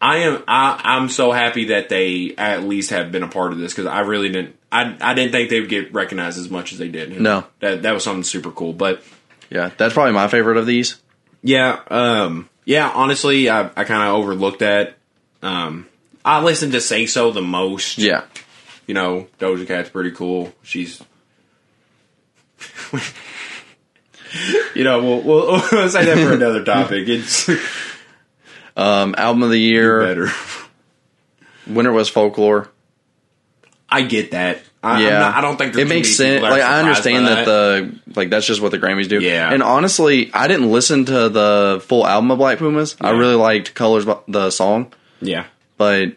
[SPEAKER 2] I am I, I'm so happy that they at least have been a part of this because I really didn't I I didn't think they would get recognized as much as they did.
[SPEAKER 3] No.
[SPEAKER 2] that that was something super cool. But
[SPEAKER 3] yeah, that's probably my favorite of these.
[SPEAKER 2] yeah, um, yeah. Honestly, I I kind of overlooked that. Um, I listened to Say So the most
[SPEAKER 3] Yeah,
[SPEAKER 2] you know, Doja Cat's pretty cool. She's, *laughs* you know, we'll, *laughs* we'll, we'll say that for another topic. It's
[SPEAKER 3] um, album of the year.
[SPEAKER 2] better.
[SPEAKER 3] Winner was Folklore.
[SPEAKER 2] I get that. I,
[SPEAKER 3] yeah,
[SPEAKER 2] I'm not, I don't think
[SPEAKER 3] it makes sense. Like I understand that, the like that's just what the Grammys do.
[SPEAKER 2] Yeah.
[SPEAKER 3] and honestly, I didn't listen to the full album of Black Pumas. I
[SPEAKER 2] Yeah.
[SPEAKER 3] really liked Colors, the song,
[SPEAKER 2] the yeah.
[SPEAKER 3] but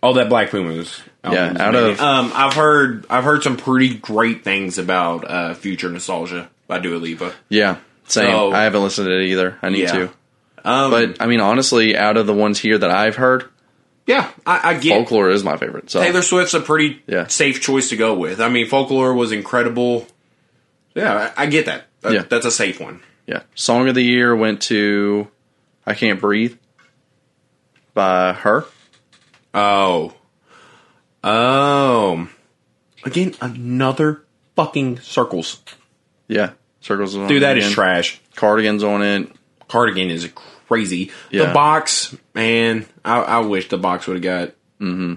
[SPEAKER 2] All that Black Pumas. album is
[SPEAKER 3] out
[SPEAKER 2] amazing.
[SPEAKER 3] of-
[SPEAKER 2] um, I've heard I've heard some pretty great things about uh, Future Nostalgia by Dua Lipa.
[SPEAKER 3] yeah, same.
[SPEAKER 2] So-
[SPEAKER 3] I haven't listened to it either. I need
[SPEAKER 2] Yeah.
[SPEAKER 3] to.
[SPEAKER 2] Um,
[SPEAKER 3] But I mean, honestly, out of the ones here that I've heard,
[SPEAKER 2] Yeah, I, I get
[SPEAKER 3] Folklore is my favorite. So
[SPEAKER 2] Taylor Swift's a pretty
[SPEAKER 3] Yeah.
[SPEAKER 2] safe choice to go with. I mean, Folklore was incredible. Yeah, I, I get that. That-
[SPEAKER 3] Yeah.
[SPEAKER 2] That's a safe one.
[SPEAKER 3] yeah, song of the year went to "I Can't Breathe" by her.
[SPEAKER 2] Oh. Oh. Again, another fucking circles.
[SPEAKER 3] Yeah, circles is on
[SPEAKER 2] Dude,
[SPEAKER 3] it
[SPEAKER 2] that is
[SPEAKER 3] again.
[SPEAKER 2] trash.
[SPEAKER 3] Cardigans on it.
[SPEAKER 2] Cardigan is crazy.
[SPEAKER 3] Yeah.
[SPEAKER 2] The box, man, I, I wish the box would have got
[SPEAKER 3] Mm-hmm.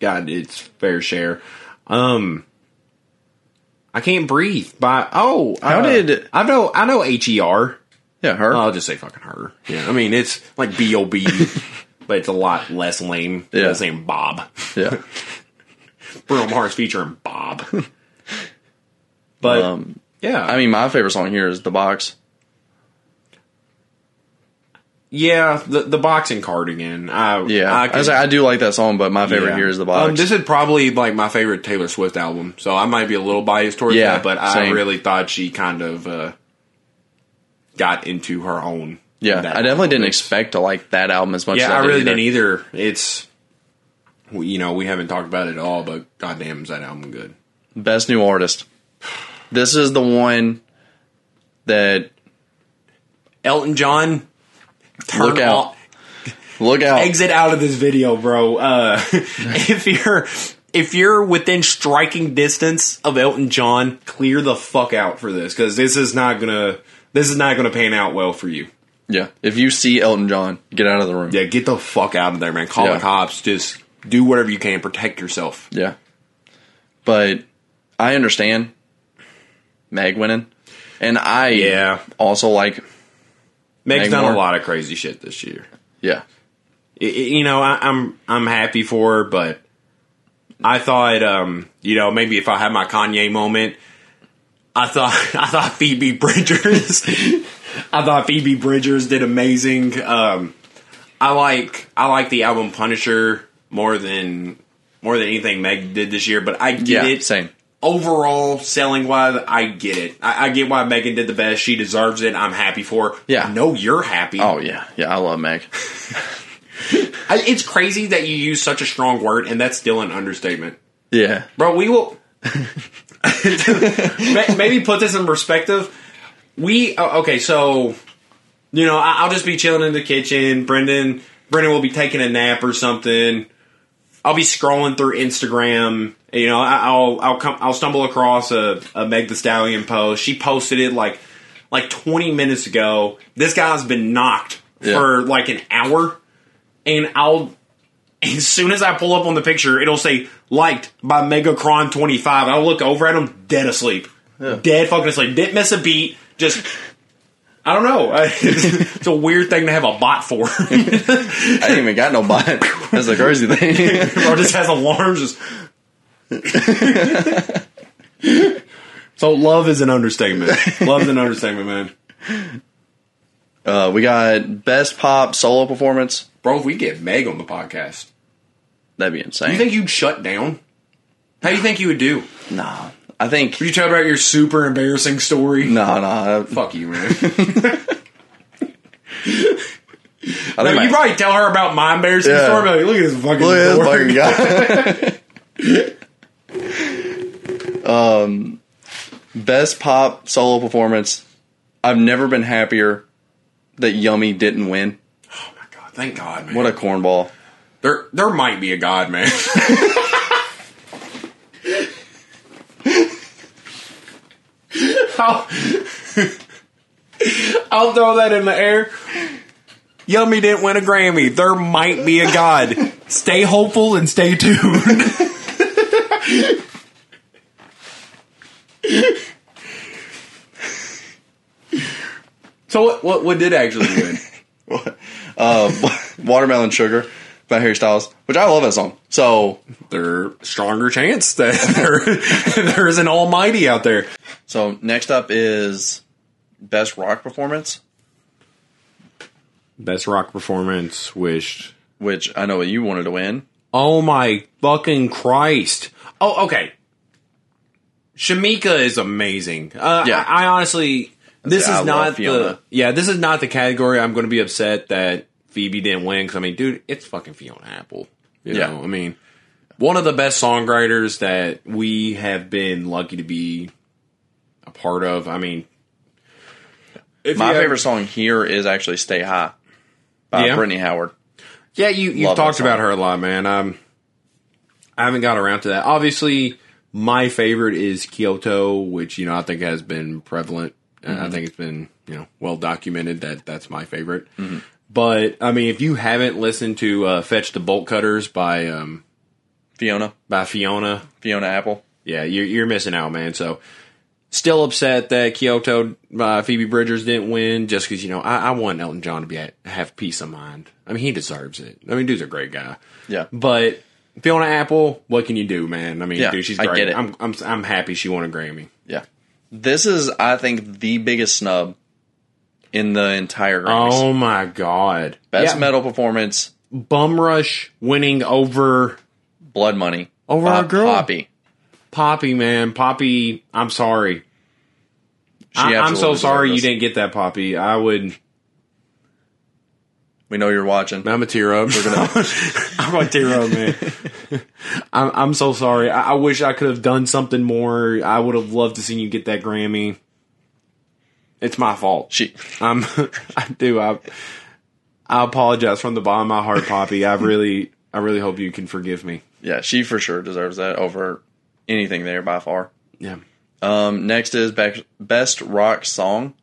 [SPEAKER 2] got its fair share. Um I can't breathe by oh
[SPEAKER 3] How
[SPEAKER 2] uh,
[SPEAKER 3] did-
[SPEAKER 2] I know I know H E R.
[SPEAKER 3] Yeah, her.
[SPEAKER 2] I'll just say fucking her. Yeah. I mean it's like B O
[SPEAKER 3] *laughs*
[SPEAKER 2] B but it's a lot less lame than
[SPEAKER 3] Yeah.
[SPEAKER 2] the same Bob.
[SPEAKER 3] yeah.
[SPEAKER 2] Bruno Mars featuring Bob. *laughs* But
[SPEAKER 3] Um,
[SPEAKER 2] yeah,
[SPEAKER 3] I mean, my favorite song here is "The Box."
[SPEAKER 2] yeah, the the boxing cardigan. I,
[SPEAKER 3] Yeah,
[SPEAKER 2] I
[SPEAKER 3] I,
[SPEAKER 2] can-
[SPEAKER 3] was like, I do like that song, but my favorite
[SPEAKER 2] yeah.
[SPEAKER 3] here is "The Box."
[SPEAKER 2] Um, this is probably like my favorite Taylor Swift album, so I might be a little biased towards
[SPEAKER 3] Yeah,
[SPEAKER 2] that. But I
[SPEAKER 3] same.
[SPEAKER 2] really thought she kind of uh, got into her own.
[SPEAKER 3] yeah,
[SPEAKER 2] in that
[SPEAKER 3] I definitely
[SPEAKER 2] album.
[SPEAKER 3] didn't expect to like that album as much. as
[SPEAKER 2] Yeah,
[SPEAKER 3] I,
[SPEAKER 2] I
[SPEAKER 3] did
[SPEAKER 2] really
[SPEAKER 3] either.
[SPEAKER 2] didn't either. It's we- you know we haven't talked about it at all, but goddamn, is that album good?
[SPEAKER 3] Best new artist. This is the one that
[SPEAKER 2] Elton John, turn
[SPEAKER 3] Look out.
[SPEAKER 2] off-
[SPEAKER 3] look out.
[SPEAKER 2] exit out of this video, bro. Uh, *laughs* if you're if you're within striking distance of Elton John, clear the fuck out for this because this is not gonna this is not gonna pan out well for you.
[SPEAKER 3] yeah, if you see Elton John, get out of the room.
[SPEAKER 2] Yeah, get the fuck out of there, man. Call
[SPEAKER 3] Yeah.
[SPEAKER 2] the cops. Just do whatever you can. Protect yourself.
[SPEAKER 3] Yeah. But I understand Meg winning. And I
[SPEAKER 2] Yeah.
[SPEAKER 3] also like
[SPEAKER 2] Meg's
[SPEAKER 3] Meg
[SPEAKER 2] done
[SPEAKER 3] Moore.
[SPEAKER 2] a lot of crazy shit this year.
[SPEAKER 3] yeah.
[SPEAKER 2] I- I- you know, I, I'm I'm happy for her, but I thought, um, you know, maybe if I had my Kanye moment, I thought *laughs* I thought Phoebe Bridgers, *laughs* I thought Phoebe Bridgers did amazing. Um, I like I like the album Punisher more than more than anything Meg did this year, but I get
[SPEAKER 3] Yeah.
[SPEAKER 2] it.
[SPEAKER 3] Same.
[SPEAKER 2] Overall, selling wise, I get it. I, I get why Megan did the best. She deserves it. I'm happy for her.
[SPEAKER 3] Yeah.
[SPEAKER 2] I know you're happy.
[SPEAKER 3] Oh yeah. Yeah, I love Meg.
[SPEAKER 2] I, it's crazy that you use such a strong word, and that's still an understatement,
[SPEAKER 3] Yeah.
[SPEAKER 2] bro. We will *laughs* Ma- maybe put this in perspective. We oh, okay, so you know, I, I'll just be chilling in the kitchen. Brendan, Brendan will be taking a nap or something. I'll be scrolling through Instagram. You know, I, I'll I'll come I'll stumble across a, a Meg the Stallion post. She posted it like like 20 minutes ago. This guy's been knocked
[SPEAKER 3] Yeah.
[SPEAKER 2] for like an hour, and I'll as soon as I pull up on the picture, it'll say liked by Megacron 25. I'll look over at him dead asleep, dead fucking asleep. Didn't miss a beat. Just I *laughs* don't know. it's a weird thing to have a bot for. *laughs*
[SPEAKER 3] I ain't even got no bot. That's the crazy thing.
[SPEAKER 2] or just has alarms. Just *laughs* so love is an understatement. Love's an understatement, man.
[SPEAKER 3] Uh, we got best pop solo performance.
[SPEAKER 2] Bro, if we get Meg on the podcast,
[SPEAKER 3] That'd be insane.
[SPEAKER 2] you think you'd shut down? How do you think you would do?
[SPEAKER 3] nah. I think
[SPEAKER 2] Would you tell about your super embarrassing story?
[SPEAKER 3] nah nah. I think
[SPEAKER 2] Fuck you, *laughs* man. no,
[SPEAKER 3] my-
[SPEAKER 2] you probably tell her about my embarrassing
[SPEAKER 3] Yeah.
[SPEAKER 2] story. but Like, look at this fucking
[SPEAKER 3] Look at this
[SPEAKER 2] dork.
[SPEAKER 3] fucking
[SPEAKER 2] *laughs*
[SPEAKER 3] guy. um, best pop solo performance. I've never been happier that Yummy didn't win.
[SPEAKER 2] Oh my God, thank God, man.
[SPEAKER 3] What a cornball! *laughs*
[SPEAKER 2] There, there might be a God, man. I'll, I'll throw that in the air. Yummy didn't win a Grammy. There might be a God. Stay hopeful and stay tuned. so what, what? What did actually win?
[SPEAKER 3] Uh, *laughs* Watermelon Sugar by Harry Styles, which I love that song. So,
[SPEAKER 2] there stronger chance that *laughs* there, *laughs* there's an almighty out there.
[SPEAKER 3] so next up is best rock performance,
[SPEAKER 2] Best rock performance wished.
[SPEAKER 3] which I know you wanted to win.
[SPEAKER 2] Oh my fucking Christ. Oh, okay. Shamika is amazing. Uh,
[SPEAKER 3] Yeah.
[SPEAKER 2] I, I honestly, this
[SPEAKER 3] I
[SPEAKER 2] is
[SPEAKER 3] love
[SPEAKER 2] not
[SPEAKER 3] Fiona.
[SPEAKER 2] the yeah. This is not the category I'm going to be upset that Phoebe didn't win because I mean, dude, it's fucking Fiona Apple. You
[SPEAKER 3] Yeah.
[SPEAKER 2] know, I mean, one of the best songwriters that we have been lucky to be a part of. I mean, if
[SPEAKER 3] My
[SPEAKER 2] you have-
[SPEAKER 3] favorite song here is actually "Stay High" by
[SPEAKER 2] Yeah?
[SPEAKER 3] Brittany Howard.
[SPEAKER 2] Yeah, you you've
[SPEAKER 3] Love that
[SPEAKER 2] talked
[SPEAKER 3] song.
[SPEAKER 2] about her a lot, man. Um, I haven't got around to that. Obviously, my favorite is Kyoto, which you know I think has been prevalent. Uh,
[SPEAKER 3] Mm-hmm.
[SPEAKER 2] I think it's been you know well documented that that's my favorite.
[SPEAKER 3] Mm-hmm.
[SPEAKER 2] But I mean, if you haven't listened to uh, "Fetch the Bolt Cutters" by um,
[SPEAKER 3] Fiona,
[SPEAKER 2] by Fiona,
[SPEAKER 3] Fiona Apple.
[SPEAKER 2] yeah, you're, you're missing out, man. So, still upset that Kyoto uh, Phoebe Bridgers didn't win, just because you know I, I want Elton John to be at, have peace of mind. I mean, he deserves it. I mean, dude's a great guy.
[SPEAKER 3] Yeah,
[SPEAKER 2] But Fiona Apple, what can you do, man? I mean,
[SPEAKER 3] Yeah,
[SPEAKER 2] dude, she's
[SPEAKER 3] I
[SPEAKER 2] great.
[SPEAKER 3] get it.
[SPEAKER 2] I'm, I'm I'm happy she won a Grammy.
[SPEAKER 3] yeah. This is, I think, the biggest snub in the entire Grammys.
[SPEAKER 2] Oh my god,
[SPEAKER 3] Best
[SPEAKER 2] Yeah.
[SPEAKER 3] metal performance,
[SPEAKER 2] Bum Rush winning over
[SPEAKER 3] Blood Money.
[SPEAKER 2] Over
[SPEAKER 3] by
[SPEAKER 2] our girl.
[SPEAKER 3] Poppy.
[SPEAKER 2] Poppy, man. Poppy, I'm sorry. I, I'm so
[SPEAKER 3] absolutely
[SPEAKER 2] sorry you
[SPEAKER 3] deserved this.
[SPEAKER 2] didn't get that, Poppy. I would.
[SPEAKER 3] We know you're watching.
[SPEAKER 2] I'm a tear up. *laughs* I'm gonna tear up,
[SPEAKER 3] *laughs*
[SPEAKER 2] man. I'm, I'm so sorry. I, I wish I could have done something more. I would have loved to see you get that Grammy. It's my fault.
[SPEAKER 3] She,
[SPEAKER 2] I'm, Um, *laughs* I do. I, I apologize from the bottom of my heart, Poppy. I really, I really hope you can forgive me.
[SPEAKER 3] yeah, she for sure deserves that over anything there by far.
[SPEAKER 2] Yeah. *clears throat*
[SPEAKER 3] Um, next is Bec- best rock song,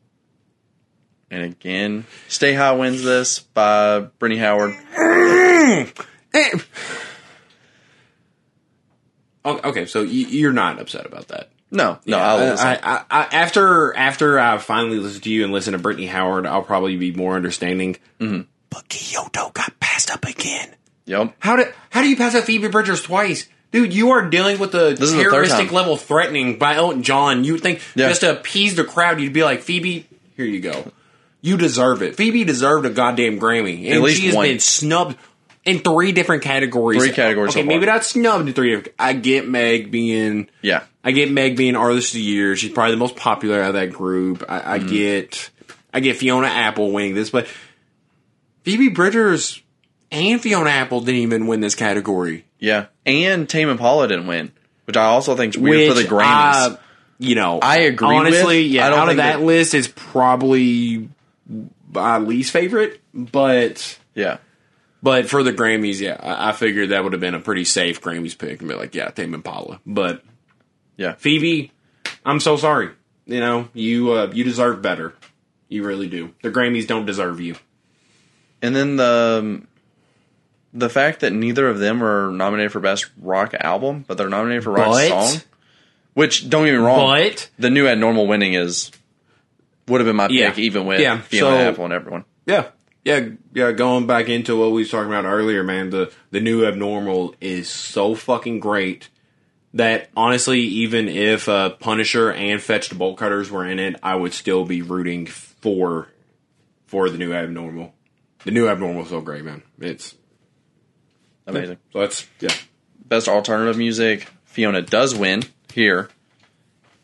[SPEAKER 3] and again, "Stay High" wins this by Brittany Howard.
[SPEAKER 2] Eh. O- Okay, so y- you're not upset about that.
[SPEAKER 3] No, no,
[SPEAKER 2] Yeah,
[SPEAKER 3] I love this.
[SPEAKER 2] I,
[SPEAKER 3] song.
[SPEAKER 2] I, I, after after I finally listen to you and listen to Brittany Howard, I'll probably be more understanding.
[SPEAKER 3] Mm-hmm.
[SPEAKER 2] But Kyoto got passed up again.
[SPEAKER 3] Yep.
[SPEAKER 2] How do how do you pass up Phoebe Bridgers twice? Dude, you are dealing with the
[SPEAKER 3] is the third
[SPEAKER 2] terroristic
[SPEAKER 3] time.
[SPEAKER 2] level threatening by Elton John. You would think
[SPEAKER 3] Yeah.
[SPEAKER 2] just to appease the crowd, you'd be like, Phoebe, here you go. You deserve it. Phoebe deserved a goddamn Grammy. And
[SPEAKER 3] least
[SPEAKER 2] she has
[SPEAKER 3] one.
[SPEAKER 2] been snubbed in three different categories.
[SPEAKER 3] Three categories
[SPEAKER 2] Okay,
[SPEAKER 3] so far.
[SPEAKER 2] maybe not snubbed in three different I get Meg being
[SPEAKER 3] Yeah.
[SPEAKER 2] I get Meg being artist of the year. She's probably the most popular out of that group. I, I
[SPEAKER 3] Mm-hmm.
[SPEAKER 2] get I get Fiona Apple winning this, but Phoebe Bridgers and Fiona Apple didn't even win this category.
[SPEAKER 3] Yeah. And Tame Impala didn't win, which I also think is weird for
[SPEAKER 2] which
[SPEAKER 3] the Grammys.
[SPEAKER 2] I- you know,
[SPEAKER 3] I agree with.
[SPEAKER 2] Honestly, yeah,
[SPEAKER 3] I don't
[SPEAKER 2] out of
[SPEAKER 3] think
[SPEAKER 2] that
[SPEAKER 3] that-
[SPEAKER 2] list is probably my least favorite, but
[SPEAKER 3] yeah.
[SPEAKER 2] but for the Grammys, yeah, I, I figured that would have been a pretty safe Grammys pick and be like, yeah, Tame Impala, but
[SPEAKER 3] Yeah.
[SPEAKER 2] Phoebe, I'm so sorry. You know, you uh, you deserve better. You really do. The Grammys don't deserve you.
[SPEAKER 3] And then the um, the fact that neither of them are nominated for best rock album, but they're nominated for rock
[SPEAKER 2] But-
[SPEAKER 3] song. Which don't get me wrong,
[SPEAKER 2] But
[SPEAKER 3] the new abnormal winning is would have been my
[SPEAKER 2] Yeah.
[SPEAKER 3] pick even with
[SPEAKER 2] Yeah.
[SPEAKER 3] Fiona
[SPEAKER 2] So-
[SPEAKER 3] Apple and everyone.
[SPEAKER 2] yeah, yeah, yeah. Going back into what we was talking about earlier, man. The the new abnormal is so fucking great that honestly, even if uh, Punisher and Fetch the Bolt Cutters were in it, I would still be rooting for for the new abnormal. The new abnormal is so great, man. It's
[SPEAKER 3] Amazing.
[SPEAKER 2] so that's yeah.
[SPEAKER 3] Best alternative music, Fiona does win here.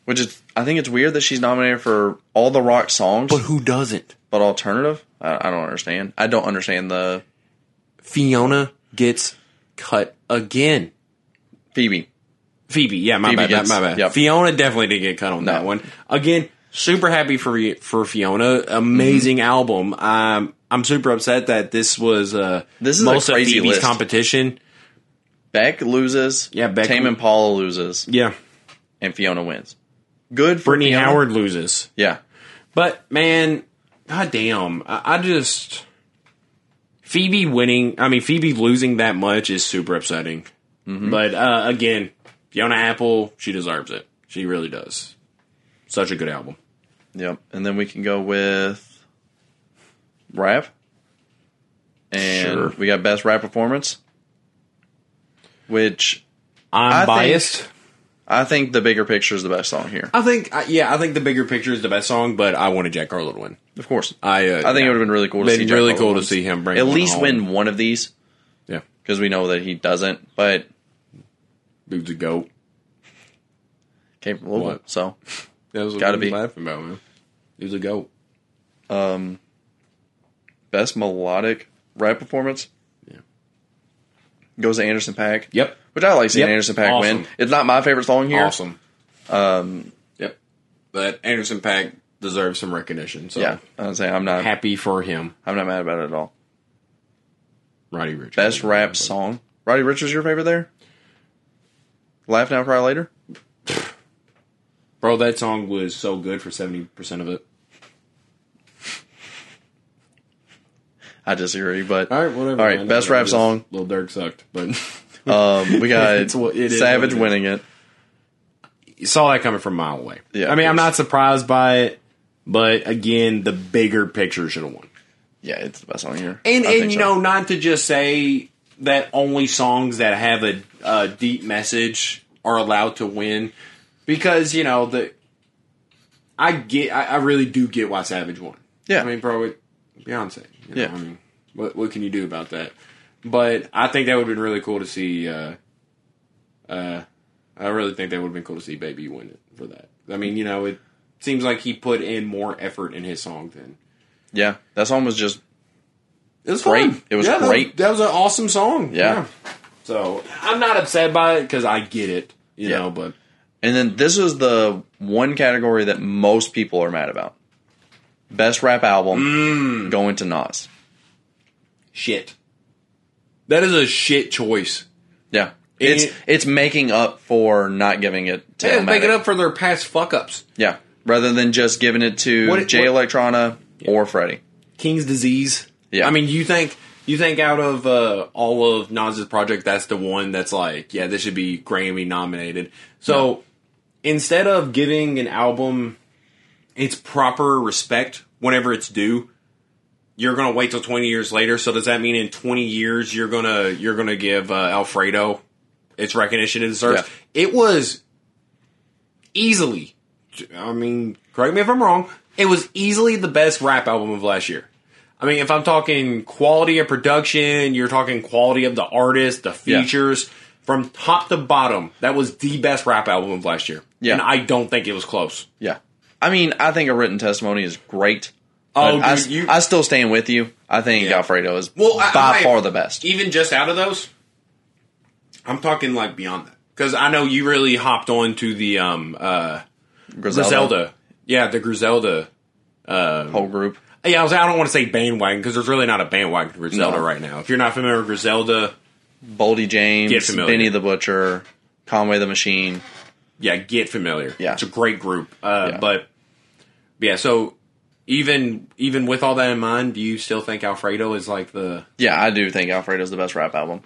[SPEAKER 3] Which is I think it's weird that she's nominated for all the rock songs, but,
[SPEAKER 2] who doesn't?
[SPEAKER 3] alternative? I, I don't understand. I don't understand the
[SPEAKER 2] Fiona gets cut again.
[SPEAKER 3] Phoebe.
[SPEAKER 2] Phoebe, yeah, my
[SPEAKER 3] Phoebe
[SPEAKER 2] bad,
[SPEAKER 3] gets-
[SPEAKER 2] my bad.
[SPEAKER 3] yep.
[SPEAKER 2] Fiona definitely did get cut on that
[SPEAKER 3] No.
[SPEAKER 2] one. Again, super happy for for Fiona.
[SPEAKER 3] Mm-hmm.
[SPEAKER 2] Amazing album. Um, I'm super upset that this was uh
[SPEAKER 3] This is
[SPEAKER 2] most
[SPEAKER 3] a crazy
[SPEAKER 2] of Phoebe's
[SPEAKER 3] list.
[SPEAKER 2] competition.
[SPEAKER 3] Beck loses.
[SPEAKER 2] Yeah, Beck-
[SPEAKER 3] Tame Impala loses,
[SPEAKER 2] Yeah,
[SPEAKER 3] and Fiona wins. Good for
[SPEAKER 2] Brittany
[SPEAKER 3] Fiona.
[SPEAKER 2] Howard loses,
[SPEAKER 3] Yeah,
[SPEAKER 2] but man, goddamn, I, I just Phoebe winning. I mean, Phoebe losing that much is super upsetting.
[SPEAKER 3] Mm-hmm.
[SPEAKER 2] But uh, again, Fiona Apple, she deserves it. She really does. Such a good album.
[SPEAKER 3] yep. And then we can go with rap, and
[SPEAKER 2] Sure.
[SPEAKER 3] we got best rap performance, which
[SPEAKER 2] I'm
[SPEAKER 3] I think-
[SPEAKER 2] biased.
[SPEAKER 3] I think the bigger picture is the best song here.
[SPEAKER 2] I think, I- yeah, I think the bigger picture is the best song, but I wanted Jack Harlow to win.
[SPEAKER 3] Of course, I,
[SPEAKER 2] I, uh,
[SPEAKER 3] think it would have been really cool. to
[SPEAKER 2] Been
[SPEAKER 3] see Jack
[SPEAKER 2] really
[SPEAKER 3] Harlow
[SPEAKER 2] cool to
[SPEAKER 3] wins.
[SPEAKER 2] see him bring
[SPEAKER 3] at
[SPEAKER 2] one
[SPEAKER 3] least
[SPEAKER 2] home.
[SPEAKER 3] win one of these
[SPEAKER 2] yeah,
[SPEAKER 3] because we know that he doesn't, but
[SPEAKER 2] dude's a goat.
[SPEAKER 3] capable. of it.
[SPEAKER 2] What?
[SPEAKER 3] So
[SPEAKER 2] That was
[SPEAKER 3] Gotta
[SPEAKER 2] what
[SPEAKER 3] be.
[SPEAKER 2] we were laughing about man. He was a goat.
[SPEAKER 3] Um, best melodic rap performance.
[SPEAKER 2] Yeah.
[SPEAKER 3] goes to Anderson Pack.
[SPEAKER 2] Yep.
[SPEAKER 3] Which I like seeing
[SPEAKER 2] Yep.
[SPEAKER 3] Anderson Pack win.
[SPEAKER 2] Awesome.
[SPEAKER 3] It's not my favorite song here.
[SPEAKER 2] Awesome. Um. Yep. But Anderson Pack deserves some recognition. So
[SPEAKER 3] Yeah. I was saying I'm not
[SPEAKER 2] happy for him,
[SPEAKER 3] I'm not mad about it at all.
[SPEAKER 2] Roddy Rich.
[SPEAKER 3] Best rap song. Roddy Richards your favorite there? Laugh Now Cry Later?
[SPEAKER 2] Bro, that song was so good for seventy percent of it.
[SPEAKER 3] I disagree, but
[SPEAKER 2] All right, whatever.
[SPEAKER 3] All right,
[SPEAKER 2] man.
[SPEAKER 3] best rap
[SPEAKER 2] Just
[SPEAKER 3] song.
[SPEAKER 2] Lil Durk sucked, but *laughs*
[SPEAKER 3] Um, we got
[SPEAKER 2] It's what- it is
[SPEAKER 3] Savage
[SPEAKER 2] what it is.
[SPEAKER 3] winning it.
[SPEAKER 2] you saw that coming from a mile away.
[SPEAKER 3] Yeah,
[SPEAKER 2] I mean,
[SPEAKER 3] of
[SPEAKER 2] I'm
[SPEAKER 3] course.
[SPEAKER 2] not surprised by it, but again, the bigger picture should have won.
[SPEAKER 3] Yeah, it's the best song here.
[SPEAKER 2] And
[SPEAKER 3] I think
[SPEAKER 2] and you
[SPEAKER 3] so.
[SPEAKER 2] know, not to just say that only songs that have a, a deep message are allowed to win, because you know the. I get, I, I really do get why Savage won.
[SPEAKER 3] Yeah.
[SPEAKER 2] I mean, bro, it, Beyonce. You know,
[SPEAKER 3] Yeah.
[SPEAKER 2] I mean, what what can you do about that? But I think that would have been really cool to see. Uh, uh, I really think that would have been cool to see Baby win it for that. I mean, you know, it seems like he put in more effort in his song than
[SPEAKER 3] Yeah. That song was just
[SPEAKER 2] it was
[SPEAKER 3] Great.
[SPEAKER 2] fun.
[SPEAKER 3] It was
[SPEAKER 2] Yeah, that-
[SPEAKER 3] great.
[SPEAKER 2] That, was an awesome song.
[SPEAKER 3] Yeah.
[SPEAKER 2] So I'm not upset by it because I get it, you
[SPEAKER 3] Yeah.
[SPEAKER 2] know. But
[SPEAKER 3] and then this is the one category that most people are mad about. Best rap album
[SPEAKER 2] Mm.
[SPEAKER 3] going to Nas.
[SPEAKER 2] shit, that is a shit choice.
[SPEAKER 3] Yeah.
[SPEAKER 2] And-
[SPEAKER 3] It's it's making up for not giving it to
[SPEAKER 2] They make it
[SPEAKER 3] Illmatic.
[SPEAKER 2] up for their past fuck ups.
[SPEAKER 3] Yeah. Rather than just giving it to
[SPEAKER 2] What-
[SPEAKER 3] Jay Electrona or Freddie.
[SPEAKER 2] King's disease.
[SPEAKER 3] Yeah.
[SPEAKER 2] I mean, you think you think out of uh, all of Nas's project, that's the one that's like, yeah, this should be Grammy nominated. So instead of giving an album its proper respect whenever it's due, you're gonna wait till 20 years later. So does that mean in 20 years you're gonna you're gonna give uh, Alfredo its recognition it deserves? It was easily. I mean, correct me if I'm wrong. It was easily the best rap album of last year. I mean, if I'm talking quality of production, you're talking quality of the artist, the
[SPEAKER 3] Yeah.
[SPEAKER 2] features from top to bottom. That was the best rap album of last year.
[SPEAKER 3] Yeah.
[SPEAKER 2] and I don't think it was close.
[SPEAKER 3] Yeah. I mean, I think a written testimony is great.
[SPEAKER 2] Oh,
[SPEAKER 3] but I,
[SPEAKER 2] dude, you-
[SPEAKER 3] I still stand with you. I think
[SPEAKER 2] Yeah.
[SPEAKER 3] Alfredo is
[SPEAKER 2] Well, I-
[SPEAKER 3] by
[SPEAKER 2] I-
[SPEAKER 3] far the best.
[SPEAKER 2] Even just out of those, I'm talking like beyond that because I know you really hopped on to the um uh
[SPEAKER 3] Griselda,
[SPEAKER 2] Griselda. Yeah, the Griselda.
[SPEAKER 3] whole group.
[SPEAKER 2] Yeah, I was. I don't want to say bandwagon because there's really not a bandwagon for Griselda
[SPEAKER 3] No.
[SPEAKER 2] right now. If you're not familiar with Griselda,
[SPEAKER 3] Boldy
[SPEAKER 2] Get
[SPEAKER 3] James,
[SPEAKER 2] familiar.
[SPEAKER 3] Benny the Butcher, Conway the Machine.
[SPEAKER 2] yeah, get familiar.
[SPEAKER 3] Yeah.
[SPEAKER 2] it's a great group. Uh,
[SPEAKER 3] Yeah.
[SPEAKER 2] But yeah, so even even with all that in mind, do you still think Alfredo is like the
[SPEAKER 3] Yeah, I do think Alfredo's the best rap album.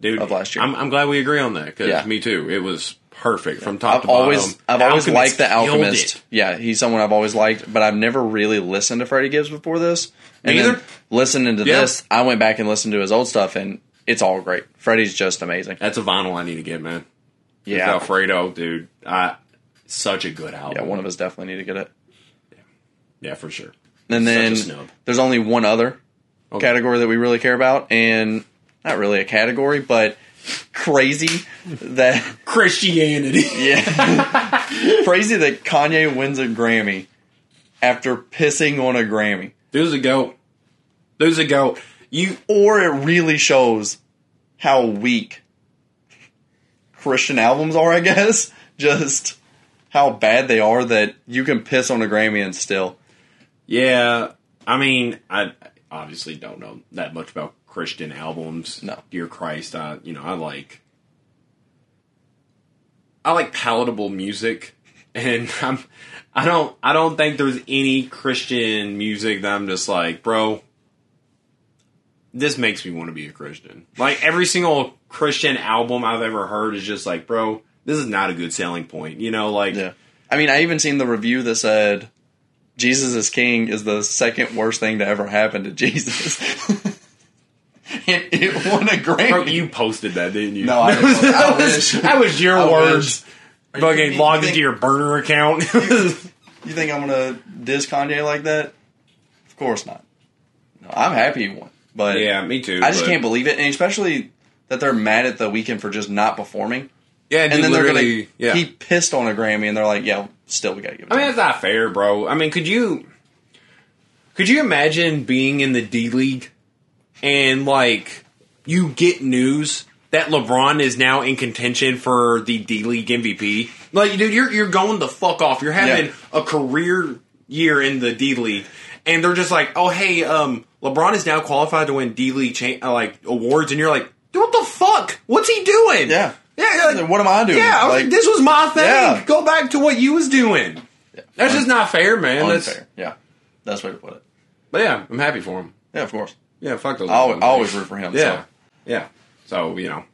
[SPEAKER 2] dude
[SPEAKER 3] Of last year.
[SPEAKER 2] I'm, I'm glad we agree on that because
[SPEAKER 3] Yeah.
[SPEAKER 2] me too. It was perfect from top
[SPEAKER 3] I've
[SPEAKER 2] to bottom.
[SPEAKER 3] always I've always
[SPEAKER 2] Alchemist
[SPEAKER 3] liked the
[SPEAKER 2] killed
[SPEAKER 3] Alchemist.
[SPEAKER 2] it.
[SPEAKER 3] Yeah, he's someone I've always liked, but I've never really listened to Freddie Gibbs before this. And
[SPEAKER 2] Me
[SPEAKER 3] then
[SPEAKER 2] either.
[SPEAKER 3] listening to
[SPEAKER 2] Yeah.
[SPEAKER 3] this, I went back and listened to his old stuff and it's all great. Freddie's just amazing.
[SPEAKER 2] That's a vinyl I need to get, man. It's
[SPEAKER 3] Yeah.
[SPEAKER 2] Alfredo, dude. I such a good album.
[SPEAKER 3] Yeah, one of us definitely need to get it.
[SPEAKER 2] Yeah, for sure.
[SPEAKER 3] And
[SPEAKER 2] Such a
[SPEAKER 3] then
[SPEAKER 2] snub.
[SPEAKER 3] there's only one other
[SPEAKER 2] Okay.
[SPEAKER 3] category that we really care about, and not really a category, but crazy that *laughs*
[SPEAKER 2] Christianity. *laughs*
[SPEAKER 3] yeah, crazy that Kanye wins a Grammy after pissing on a Grammy,
[SPEAKER 2] There's a goat. There's a goat. You
[SPEAKER 3] or it really shows how weak Christian albums are. I guess *laughs* just how bad they are that you can piss on a Grammy and still.
[SPEAKER 2] Yeah, I mean, I obviously don't know that much about Christian albums.
[SPEAKER 3] No.
[SPEAKER 2] dear Christ, I you know I like I like palatable music, *laughs* and I'm I don't I don't think there's any Christian music that I'm just like, bro. This makes me want to be a Christian. Like every single Christian album I've ever heard is just like, bro, this is not a good selling point. You know, like
[SPEAKER 3] Yeah. I mean, I even seen the review that said Jesus is King is the second worst thing to ever happen to *laughs* Jesus. and it won a Grammy.
[SPEAKER 2] Bro, you posted that, didn't you?
[SPEAKER 3] No, I didn't post it. I
[SPEAKER 2] *laughs* that, was,
[SPEAKER 3] wish.
[SPEAKER 2] that was your
[SPEAKER 3] I
[SPEAKER 2] words.
[SPEAKER 3] wish. Are you kidding
[SPEAKER 2] Fucking
[SPEAKER 3] me?
[SPEAKER 2] logged into
[SPEAKER 3] You think-
[SPEAKER 2] your burner account. *laughs*
[SPEAKER 3] You think I'm going to diss Kanye like that? Of course not. No, I'm happy he won. But
[SPEAKER 2] yeah, me too.
[SPEAKER 3] I just
[SPEAKER 2] but-
[SPEAKER 3] can't believe it. And especially that they're mad at the weekend for just not performing.
[SPEAKER 2] Yeah, dude,
[SPEAKER 3] And then they're going
[SPEAKER 2] literally.
[SPEAKER 3] to.
[SPEAKER 2] yeah.
[SPEAKER 3] He pissed on a Grammy and they're like, yeah, still, we got to give it
[SPEAKER 2] I
[SPEAKER 3] to
[SPEAKER 2] mean,
[SPEAKER 3] him.
[SPEAKER 2] that's not fair, bro. I mean, could you could you imagine being in the D League and like you get news that LeBron is now in contention for the D League MVP. Like, dude, you're you're going the fuck off. You're having a career year in the D League, and they're just like, oh hey, um, LeBron is now qualified to win D League cha- uh, like awards, and you're like, dude, what the fuck? What's he doing?
[SPEAKER 3] Yeah.
[SPEAKER 2] yeah. like,
[SPEAKER 3] What am I doing?
[SPEAKER 2] Yeah, I was like,
[SPEAKER 3] Like-
[SPEAKER 2] this was my thing.
[SPEAKER 3] Yeah.
[SPEAKER 2] Go back to what you was doing. That's just not fair, man. That's
[SPEAKER 3] Unfair. Yeah, that's the way to put it.
[SPEAKER 2] but yeah, I'm happy for him.
[SPEAKER 3] Yeah, of course.
[SPEAKER 2] Yeah, fuck those.
[SPEAKER 3] I always, I always root for him.
[SPEAKER 2] yeah,
[SPEAKER 3] so,
[SPEAKER 2] yeah. So you know,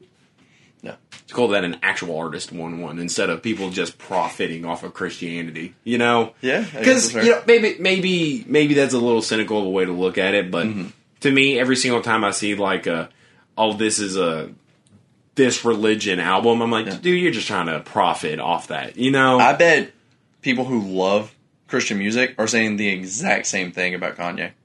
[SPEAKER 3] yeah.
[SPEAKER 2] it's cool that an actual artist won one instead of people just profiting off of Christianity. You know,
[SPEAKER 3] Yeah, I guess that's
[SPEAKER 2] because
[SPEAKER 3] fair.
[SPEAKER 2] you know maybe maybe maybe that's a little cynical of a way to look at it, but to me, every single time I see like a oh this is a this religion album, I'm like, dude, you're just trying to profit off that. You know,
[SPEAKER 3] I bet people who love Christian music are saying the exact same thing about Kanye. *laughs*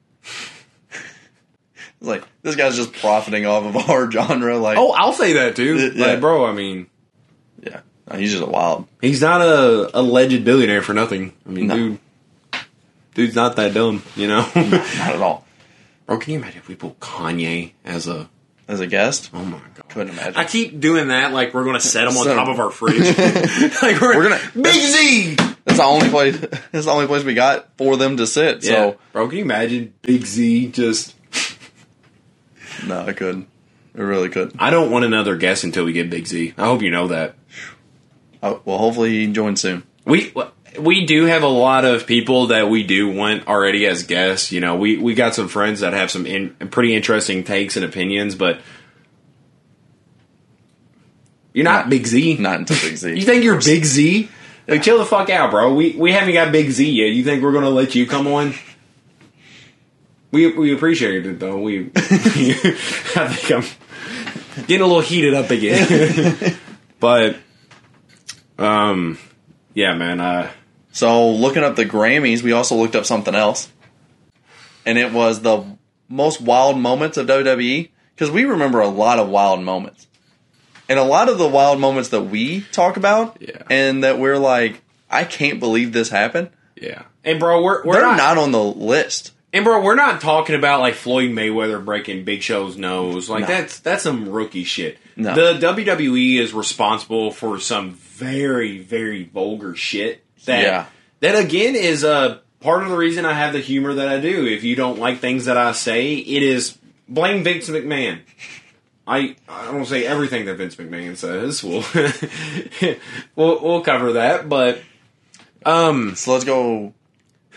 [SPEAKER 3] It's like this guy's just profiting off of *laughs* our genre. Like,
[SPEAKER 2] oh, I'll say that too,
[SPEAKER 3] Yeah.
[SPEAKER 2] like, bro. I mean.
[SPEAKER 3] yeah, No, he's just a wild.
[SPEAKER 2] He's not a alleged billionaire for nothing. I mean,
[SPEAKER 3] No.
[SPEAKER 2] dude, dude's not that dumb, you
[SPEAKER 3] *laughs*
[SPEAKER 2] know.
[SPEAKER 3] Not at all.
[SPEAKER 2] Bro, can you imagine if we put Kanye as a?
[SPEAKER 3] As a guest,
[SPEAKER 2] Oh my god!
[SPEAKER 3] couldn't imagine.
[SPEAKER 2] I keep doing that, like we're gonna set him on
[SPEAKER 3] Set
[SPEAKER 2] top
[SPEAKER 3] him.
[SPEAKER 2] of our
[SPEAKER 3] *laughs*
[SPEAKER 2] fridge. like we're,
[SPEAKER 3] We're gonna-
[SPEAKER 2] Big Z.
[SPEAKER 3] That's the only place. *laughs* That's the only place we got for them to sit.
[SPEAKER 2] So,
[SPEAKER 3] So
[SPEAKER 2] bro, can you imagine Big Z just?
[SPEAKER 3] no, I couldn't. It really could.
[SPEAKER 2] I don't want another guest until we get Big Z. I hope you know that.
[SPEAKER 3] Oh, well, hopefully he joins soon.
[SPEAKER 2] We we do have a lot of people that we do want already as guests. You know, we we got some friends that have some in, pretty interesting takes and opinions, but you're not Big Z.
[SPEAKER 3] Not until Big Z.
[SPEAKER 2] You *laughs* think you're Big Z? Like, chill the fuck out, bro. We we haven't got Big Z yet. You think we're gonna let you come on? We we appreciate it though. We *laughs* I think I'm getting a little heated up again, *laughs* but um, yeah, man. Uh,
[SPEAKER 3] So looking up the Grammys, we also looked up something else, and it was the most wild moments of WWE because we remember a lot of wild moments, and a lot of the wild moments that we talk about,
[SPEAKER 2] Yeah.
[SPEAKER 3] and that we're like, I can't believe this happened.
[SPEAKER 2] yeah, and bro, we're we're
[SPEAKER 3] They're
[SPEAKER 2] not,
[SPEAKER 3] not, on the list.
[SPEAKER 2] and bro, we're not talking about like Floyd Mayweather breaking Big Show's nose. Like
[SPEAKER 3] No.
[SPEAKER 2] that's that's some rookie shit.
[SPEAKER 3] No.
[SPEAKER 2] The WWE is responsible for some very very vulgar shit. That
[SPEAKER 3] Yeah.
[SPEAKER 2] that again is uh, part of the reason I have the humor that I do. If you don't like things that I say, it is blame Vince McMahon. I I don't say everything that Vince McMahon says. We'll *laughs* we'll, we'll cover that, but um,
[SPEAKER 3] So let's go.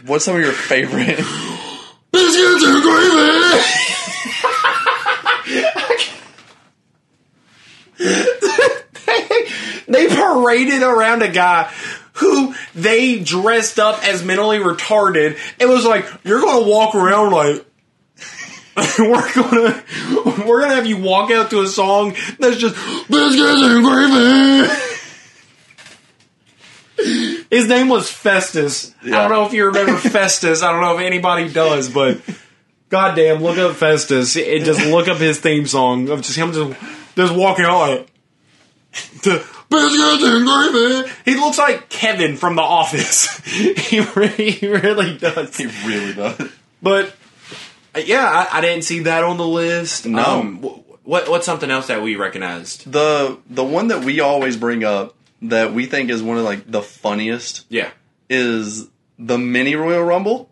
[SPEAKER 3] What's some of your favorite? *laughs*
[SPEAKER 2] biscuits and gravy. they paraded around a guy who they dressed up as mentally retarded and was like, "You're gonna walk around like." *laughs* we're gonna we're gonna have you walk out to a song that's just biscuits and gravy. His name was Festus. I
[SPEAKER 3] Yeah.
[SPEAKER 2] don't know if you remember Festus. I don't know if anybody does, but goddamn, look up Festus and just look up his theme song of just him just just walking out. Like, to biscuits and gravy. He looks like Kevin from The Office. *laughs* he, re- he really does.
[SPEAKER 3] he really does.
[SPEAKER 2] But uh, yeah, I, I didn't see that on the list.
[SPEAKER 3] No.
[SPEAKER 2] Um, wh- what what's something else that we recognized?
[SPEAKER 3] The the one that we always bring up that we think is one of like the funniest
[SPEAKER 2] Yeah,
[SPEAKER 3] is the mini Royal Rumble.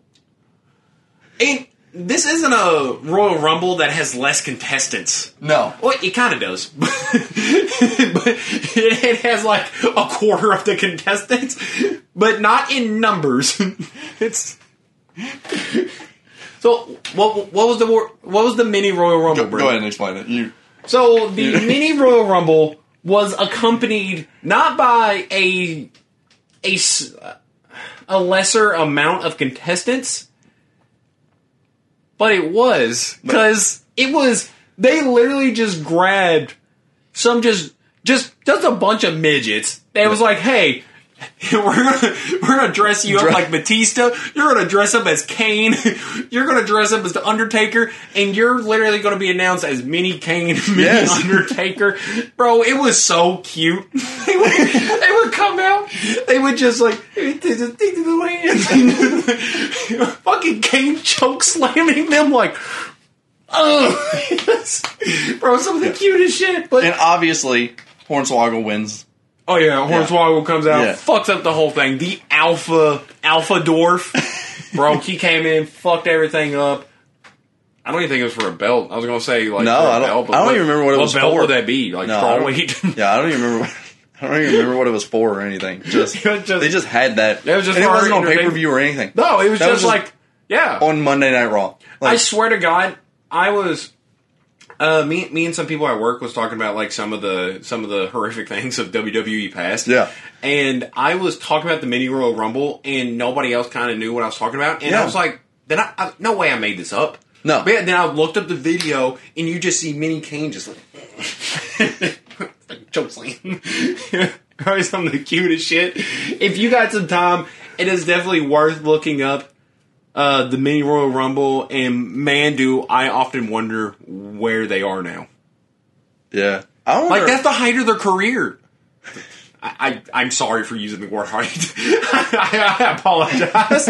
[SPEAKER 2] and this isn't a Royal Rumble that has less contestants.
[SPEAKER 3] No.
[SPEAKER 2] Well, it kind of does, *laughs* but it, it has like a quarter of the contestants, but not in numbers. *laughs* it's so what? What was the war- what was the mini Royal Rumble?
[SPEAKER 3] Go,
[SPEAKER 2] bro?
[SPEAKER 3] go ahead and explain it. You
[SPEAKER 2] So the mini Royal Rumble was accompanied not by a a s- uh, a lesser amount of contestants, but it was because it was they literally just grabbed some just just just a bunch of midgets. They was like, hey. *laughs* We're gonna, we're gonna dress you up
[SPEAKER 3] Dre-
[SPEAKER 2] like Batista. You're gonna dress up as Kane. *laughs* You're gonna dress up as the Undertaker, and you're literally gonna be announced as Mini Kane, *laughs* Mini
[SPEAKER 3] Yes.
[SPEAKER 2] Undertaker. Bro, it was so cute. *laughs* they, would, they would come out. They would just like *laughs* they just take the hands. Fucking Kane choke slamming them like Ugh. Bro, some of the cutest shit. But
[SPEAKER 3] And obviously, Hornswoggle wins.
[SPEAKER 2] oh yeah, Hornswoggle comes out,
[SPEAKER 3] Yeah.
[SPEAKER 2] fucks up the whole thing. The alpha alpha
[SPEAKER 3] *laughs*
[SPEAKER 2] dwarf, bro. He came in, fucked everything up. I don't even think it was for a belt. I was gonna say like
[SPEAKER 3] No,
[SPEAKER 2] for a
[SPEAKER 3] I don't-
[SPEAKER 2] Belt, but
[SPEAKER 3] I don't
[SPEAKER 2] what-
[SPEAKER 3] even remember what it was
[SPEAKER 2] What belt
[SPEAKER 3] for.
[SPEAKER 2] would that be? Like
[SPEAKER 3] No, I don't-
[SPEAKER 2] *laughs* crawlweight.
[SPEAKER 3] Yeah, I don't even remember. What, *laughs* I don't even remember what it was for or anything. Just,
[SPEAKER 2] It was *laughs* just-
[SPEAKER 3] they just had that.
[SPEAKER 2] It was just
[SPEAKER 3] and it
[SPEAKER 2] for our
[SPEAKER 3] wasn't on pay
[SPEAKER 2] entertainment.
[SPEAKER 3] per view or anything.
[SPEAKER 2] no, it was
[SPEAKER 3] That
[SPEAKER 2] just,
[SPEAKER 3] was just-
[SPEAKER 2] like yeah.
[SPEAKER 3] on Monday Night Raw. Like,
[SPEAKER 2] I swear to God, I was. Uh, me, me, and some people at work was talking about like some of the some of the horrific *laughs* things of WWE past.
[SPEAKER 3] Yeah.
[SPEAKER 2] and I was talking about the Mini Royal Rumble, and nobody else kind of knew what I was talking about, and I
[SPEAKER 3] Yeah.
[SPEAKER 2] was like, "Then I, I no way I made this up."
[SPEAKER 3] No.
[SPEAKER 2] but yeah, then I looked up the video, and you just see Mini Kane just like, like *laughs* chokeslam. Probably some of the cutest shit. If you got some time, it is definitely worth looking up uh, the mini Royal Rumble, and man, do I often wonder where they are now.
[SPEAKER 3] yeah, I wonder.
[SPEAKER 2] Like that's the height of their career. I, I I'm sorry for using the word height. *laughs* I, I apologize.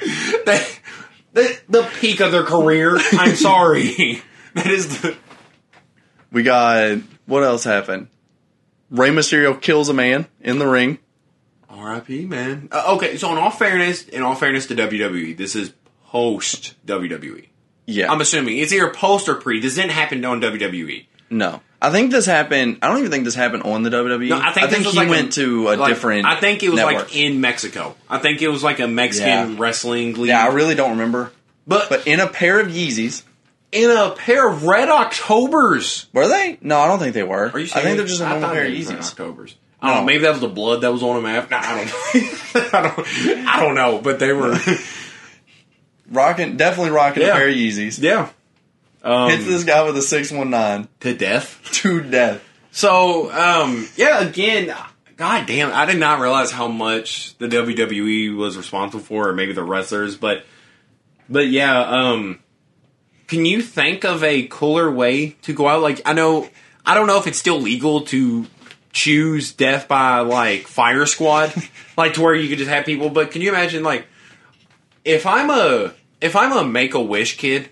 [SPEAKER 2] the, the, the peak of their career. I'm sorry. *laughs* that is the
[SPEAKER 3] we got what else happened? Rey Mysterio kills a man in the ring.
[SPEAKER 2] R.I.P. Man. Uh, okay, so in all fairness, in all fairness to WWE, this is post WWE.
[SPEAKER 3] Yeah,
[SPEAKER 2] I'm assuming it's either post or pre. This didn't happen on E. WWE.
[SPEAKER 3] no. I think this happened. I don't even think this happened on the WWE.
[SPEAKER 2] No, I think, this was
[SPEAKER 3] he
[SPEAKER 2] like
[SPEAKER 3] went
[SPEAKER 2] a,
[SPEAKER 3] to a
[SPEAKER 2] like,
[SPEAKER 3] different.
[SPEAKER 2] I think it was
[SPEAKER 3] network.
[SPEAKER 2] like in Mexico. I think it was like a Mexican
[SPEAKER 3] Yeah.
[SPEAKER 2] wrestling league.
[SPEAKER 3] yeah, I really don't remember.
[SPEAKER 2] but,
[SPEAKER 3] But in a pair of Yeezys,
[SPEAKER 2] in a pair of red Octobers.
[SPEAKER 3] were they? No, I don't think they were.
[SPEAKER 2] Are you? Serious?
[SPEAKER 3] I think they're just a
[SPEAKER 2] I
[SPEAKER 3] normal
[SPEAKER 2] thought
[SPEAKER 3] pair of
[SPEAKER 2] they were red
[SPEAKER 3] Yeezys.
[SPEAKER 2] Octobers. I don't know.
[SPEAKER 3] No.
[SPEAKER 2] Maybe that was the blood that was on them after. Nah, *laughs* I don't. *laughs* I don't. I don't know. But they
[SPEAKER 3] *laughs*
[SPEAKER 2] were.
[SPEAKER 3] Rocking, definitely rocking
[SPEAKER 2] Yeah.
[SPEAKER 3] a pair of Yeezys.
[SPEAKER 2] yeah. Um,
[SPEAKER 3] Hits this guy with a six one nine
[SPEAKER 2] to death.
[SPEAKER 3] to death.
[SPEAKER 2] So, um, yeah, again, god damn, I did not realize how much the WWE was responsible for, or maybe the wrestlers, but, but yeah, um, can you think of a cooler way to go out? Like, I know, I don't know if it's still legal to choose death by, like, fire squad, like, to where you could just have people, but can you imagine, like, if I'm a, if I'm a make-a-wish kid,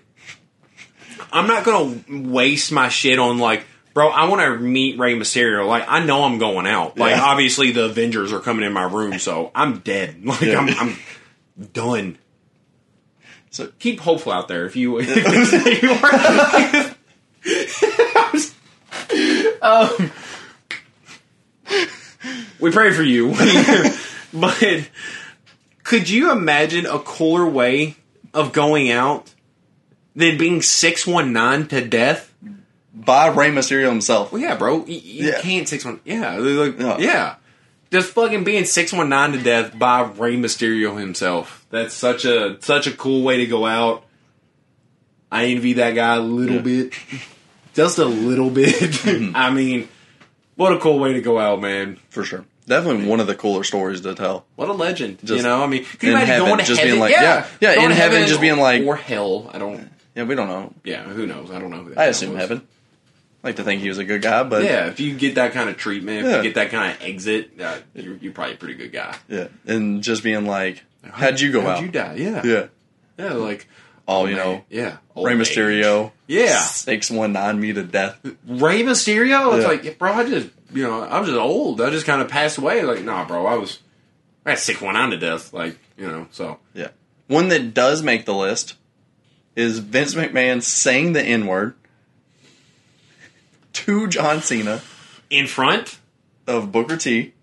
[SPEAKER 2] I'm not gonna waste my shit on like, bro. I want to meet Rey Mysterio. Like, I know I'm going out. Like,
[SPEAKER 3] Yeah.
[SPEAKER 2] obviously the Avengers are coming in my room, so I'm dead. *laughs* Like,
[SPEAKER 3] Yeah.
[SPEAKER 2] I'm, I'm done.
[SPEAKER 3] So-
[SPEAKER 2] keep hopeful out there if you. *laughs*
[SPEAKER 3] *laughs*
[SPEAKER 2] If you are, *laughs* um, we pray for you, *laughs* but could you imagine a cooler way of going out than being 619 to death.
[SPEAKER 3] By Rey Mysterio himself.
[SPEAKER 2] Well, yeah, bro. You, you
[SPEAKER 3] Yeah.
[SPEAKER 2] can't 619. Yeah. like,
[SPEAKER 3] No.
[SPEAKER 2] Yeah. Just fucking being 619 to death by Rey Mysterio himself. That's such a such a cool way to go out. I envy that guy a little
[SPEAKER 3] Yeah. Mm-hmm.
[SPEAKER 2] bit. *laughs* Just a little bit. *laughs* I mean, what a cool way to go out, man.
[SPEAKER 3] For sure. Definitely one of the cooler stories to tell.
[SPEAKER 2] What a legend. you
[SPEAKER 3] Just
[SPEAKER 2] know, I mean, can you
[SPEAKER 3] in
[SPEAKER 2] imagine
[SPEAKER 3] heaven,
[SPEAKER 2] going to
[SPEAKER 3] just
[SPEAKER 2] heaven?
[SPEAKER 3] being like-
[SPEAKER 2] yeah.
[SPEAKER 3] yeah. Yeah,
[SPEAKER 2] Going
[SPEAKER 3] in
[SPEAKER 2] to
[SPEAKER 3] heaven, just being like-
[SPEAKER 2] Or hell. I don't.
[SPEAKER 3] Yeah, we don't know.
[SPEAKER 2] Yeah, who knows? I don't know who that
[SPEAKER 3] I
[SPEAKER 2] guy
[SPEAKER 3] assume
[SPEAKER 2] was.
[SPEAKER 3] heaven. I like to think he was a good guy, but
[SPEAKER 2] Yeah, if you get that kind of treatment, if
[SPEAKER 3] Yeah.
[SPEAKER 2] you get that kind of exit, uh, you're, you're probably a pretty good guy.
[SPEAKER 3] yeah. And just being like, how'd you go
[SPEAKER 2] How'd
[SPEAKER 3] out?
[SPEAKER 2] you die? Yeah.
[SPEAKER 3] Yeah.
[SPEAKER 2] Yeah, like,
[SPEAKER 3] Oh, you know,
[SPEAKER 2] yeah.
[SPEAKER 3] Rey
[SPEAKER 2] old age.
[SPEAKER 3] Mysterio.
[SPEAKER 2] Yeah.
[SPEAKER 3] Six one nine me to death.
[SPEAKER 2] Rey Mysterio? It's
[SPEAKER 3] Yeah.
[SPEAKER 2] like, yeah, bro, I just, you know, I was just old. I just kind of passed away. Like, nah, bro, I was, I got sick one on to death. Like, you know, so.
[SPEAKER 3] Yeah. One that does make the list is Vince McMahon saying the N word to John Cena
[SPEAKER 2] In front?
[SPEAKER 3] of Booker T.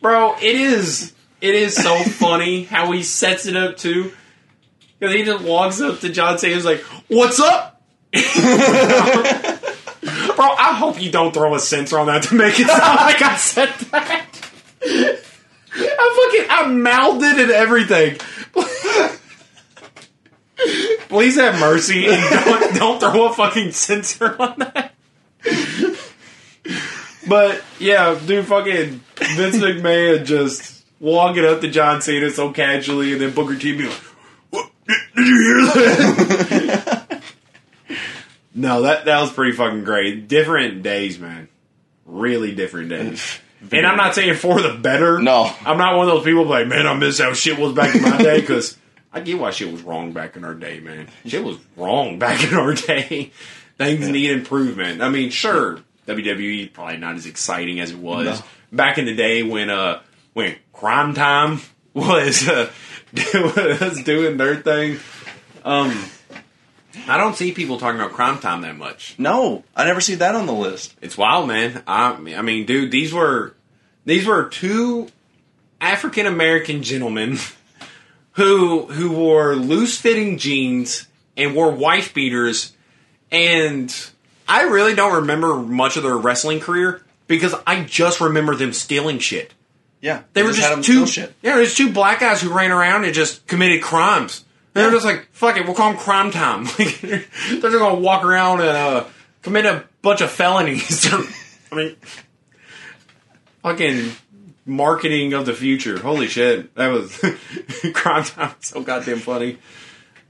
[SPEAKER 2] Bro, it is, it is so funny how he sets it up too. Because he just walks up to John Cena's like, what's up? Bro, I hope you don't throw a censor on that to make it sound like I said that. I fucking I mouthed it and everything. Please have mercy and don't, don't throw a fucking censor on that. But yeah, dude, fucking Vince McMahon just walking up to John Cena so casually, and then Booker T being like, "What? Did, did you hear that?" no, that that was pretty fucking great. Different days, man. Really different days. And I'm not saying for the better.
[SPEAKER 3] No.
[SPEAKER 2] I'm not one of those people like, man, I miss how shit was back in my day because I get why shit was wrong back in our day, man. Shit was wrong back in our day. Things need improvement. I mean, sure, WWE probably not as exciting as it was
[SPEAKER 3] No.
[SPEAKER 2] back in the day when uh when Crime Time was uh was doing their thing. Um, I don't see people talking about Crime Time that much.
[SPEAKER 3] No, I never see that on the list.
[SPEAKER 2] It's wild, man. I, I mean, dude, these were these were two African American gentlemen *laughs* who who wore loose fitting jeans and wore wife beaters, and I really don't remember much of their wrestling career because I just remember them stealing shit.
[SPEAKER 3] Yeah,
[SPEAKER 2] They were
[SPEAKER 3] had 'em
[SPEAKER 2] just
[SPEAKER 3] steal
[SPEAKER 2] two
[SPEAKER 3] shit.
[SPEAKER 2] yeah, there's two black guys who ran around and just committed crimes. They were just like, fuck it, we'll call them crime time. *laughs* Like, they're just gonna walk around and uh, commit a bunch of felonies. *laughs* I mean, fucking marketing of the future. Holy shit, that was *laughs* crime time. was So goddamn funny.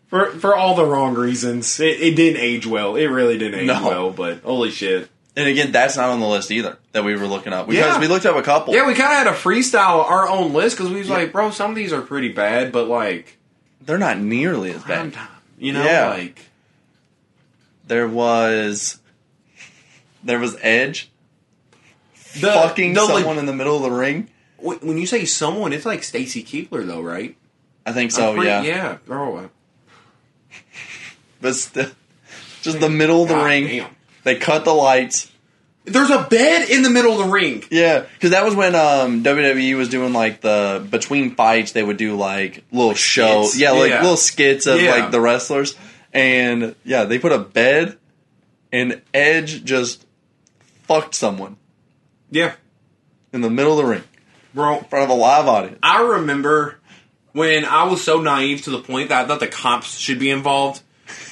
[SPEAKER 2] For for all the wrong reasons, it, it didn't age well. It really didn't age
[SPEAKER 3] No.
[SPEAKER 2] well. But holy shit.
[SPEAKER 3] And again, that's not on the list either that we were looking up because
[SPEAKER 2] Yeah.
[SPEAKER 3] we looked up a couple.
[SPEAKER 2] Yeah, we kind of had a freestyle our own list because we was like, bro, some of these are pretty bad, but like.
[SPEAKER 3] They're not nearly as bad.
[SPEAKER 2] time. You know,
[SPEAKER 3] Yeah.
[SPEAKER 2] like
[SPEAKER 3] There was, there was Edge
[SPEAKER 2] the,
[SPEAKER 3] fucking
[SPEAKER 2] the,
[SPEAKER 3] someone
[SPEAKER 2] Like,
[SPEAKER 3] in the middle of the ring.
[SPEAKER 2] when- when you say someone, it's like Stacy Keebler, though, right?
[SPEAKER 3] I think so.
[SPEAKER 2] Pretty-
[SPEAKER 3] Oh, yeah.
[SPEAKER 2] yeah, bro. uh,
[SPEAKER 3] but still, just the middle of the
[SPEAKER 2] God
[SPEAKER 3] ring.
[SPEAKER 2] damn.
[SPEAKER 3] They cut the lights.
[SPEAKER 2] There's a bed in the middle of the ring.
[SPEAKER 3] Yeah, because that was when um, WWE was doing like the between fights they would do like little show,
[SPEAKER 2] skits.
[SPEAKER 3] yeah, like
[SPEAKER 2] Yeah.
[SPEAKER 3] little skits of
[SPEAKER 2] Yeah.
[SPEAKER 3] like the wrestlers, and yeah, they put a bed, and Edge just fucked someone
[SPEAKER 2] Yeah,
[SPEAKER 3] in the middle of the ring in
[SPEAKER 2] bro.
[SPEAKER 3] front of a live audience.
[SPEAKER 2] I remember when I was so naive to the point that I thought the cops should be involved.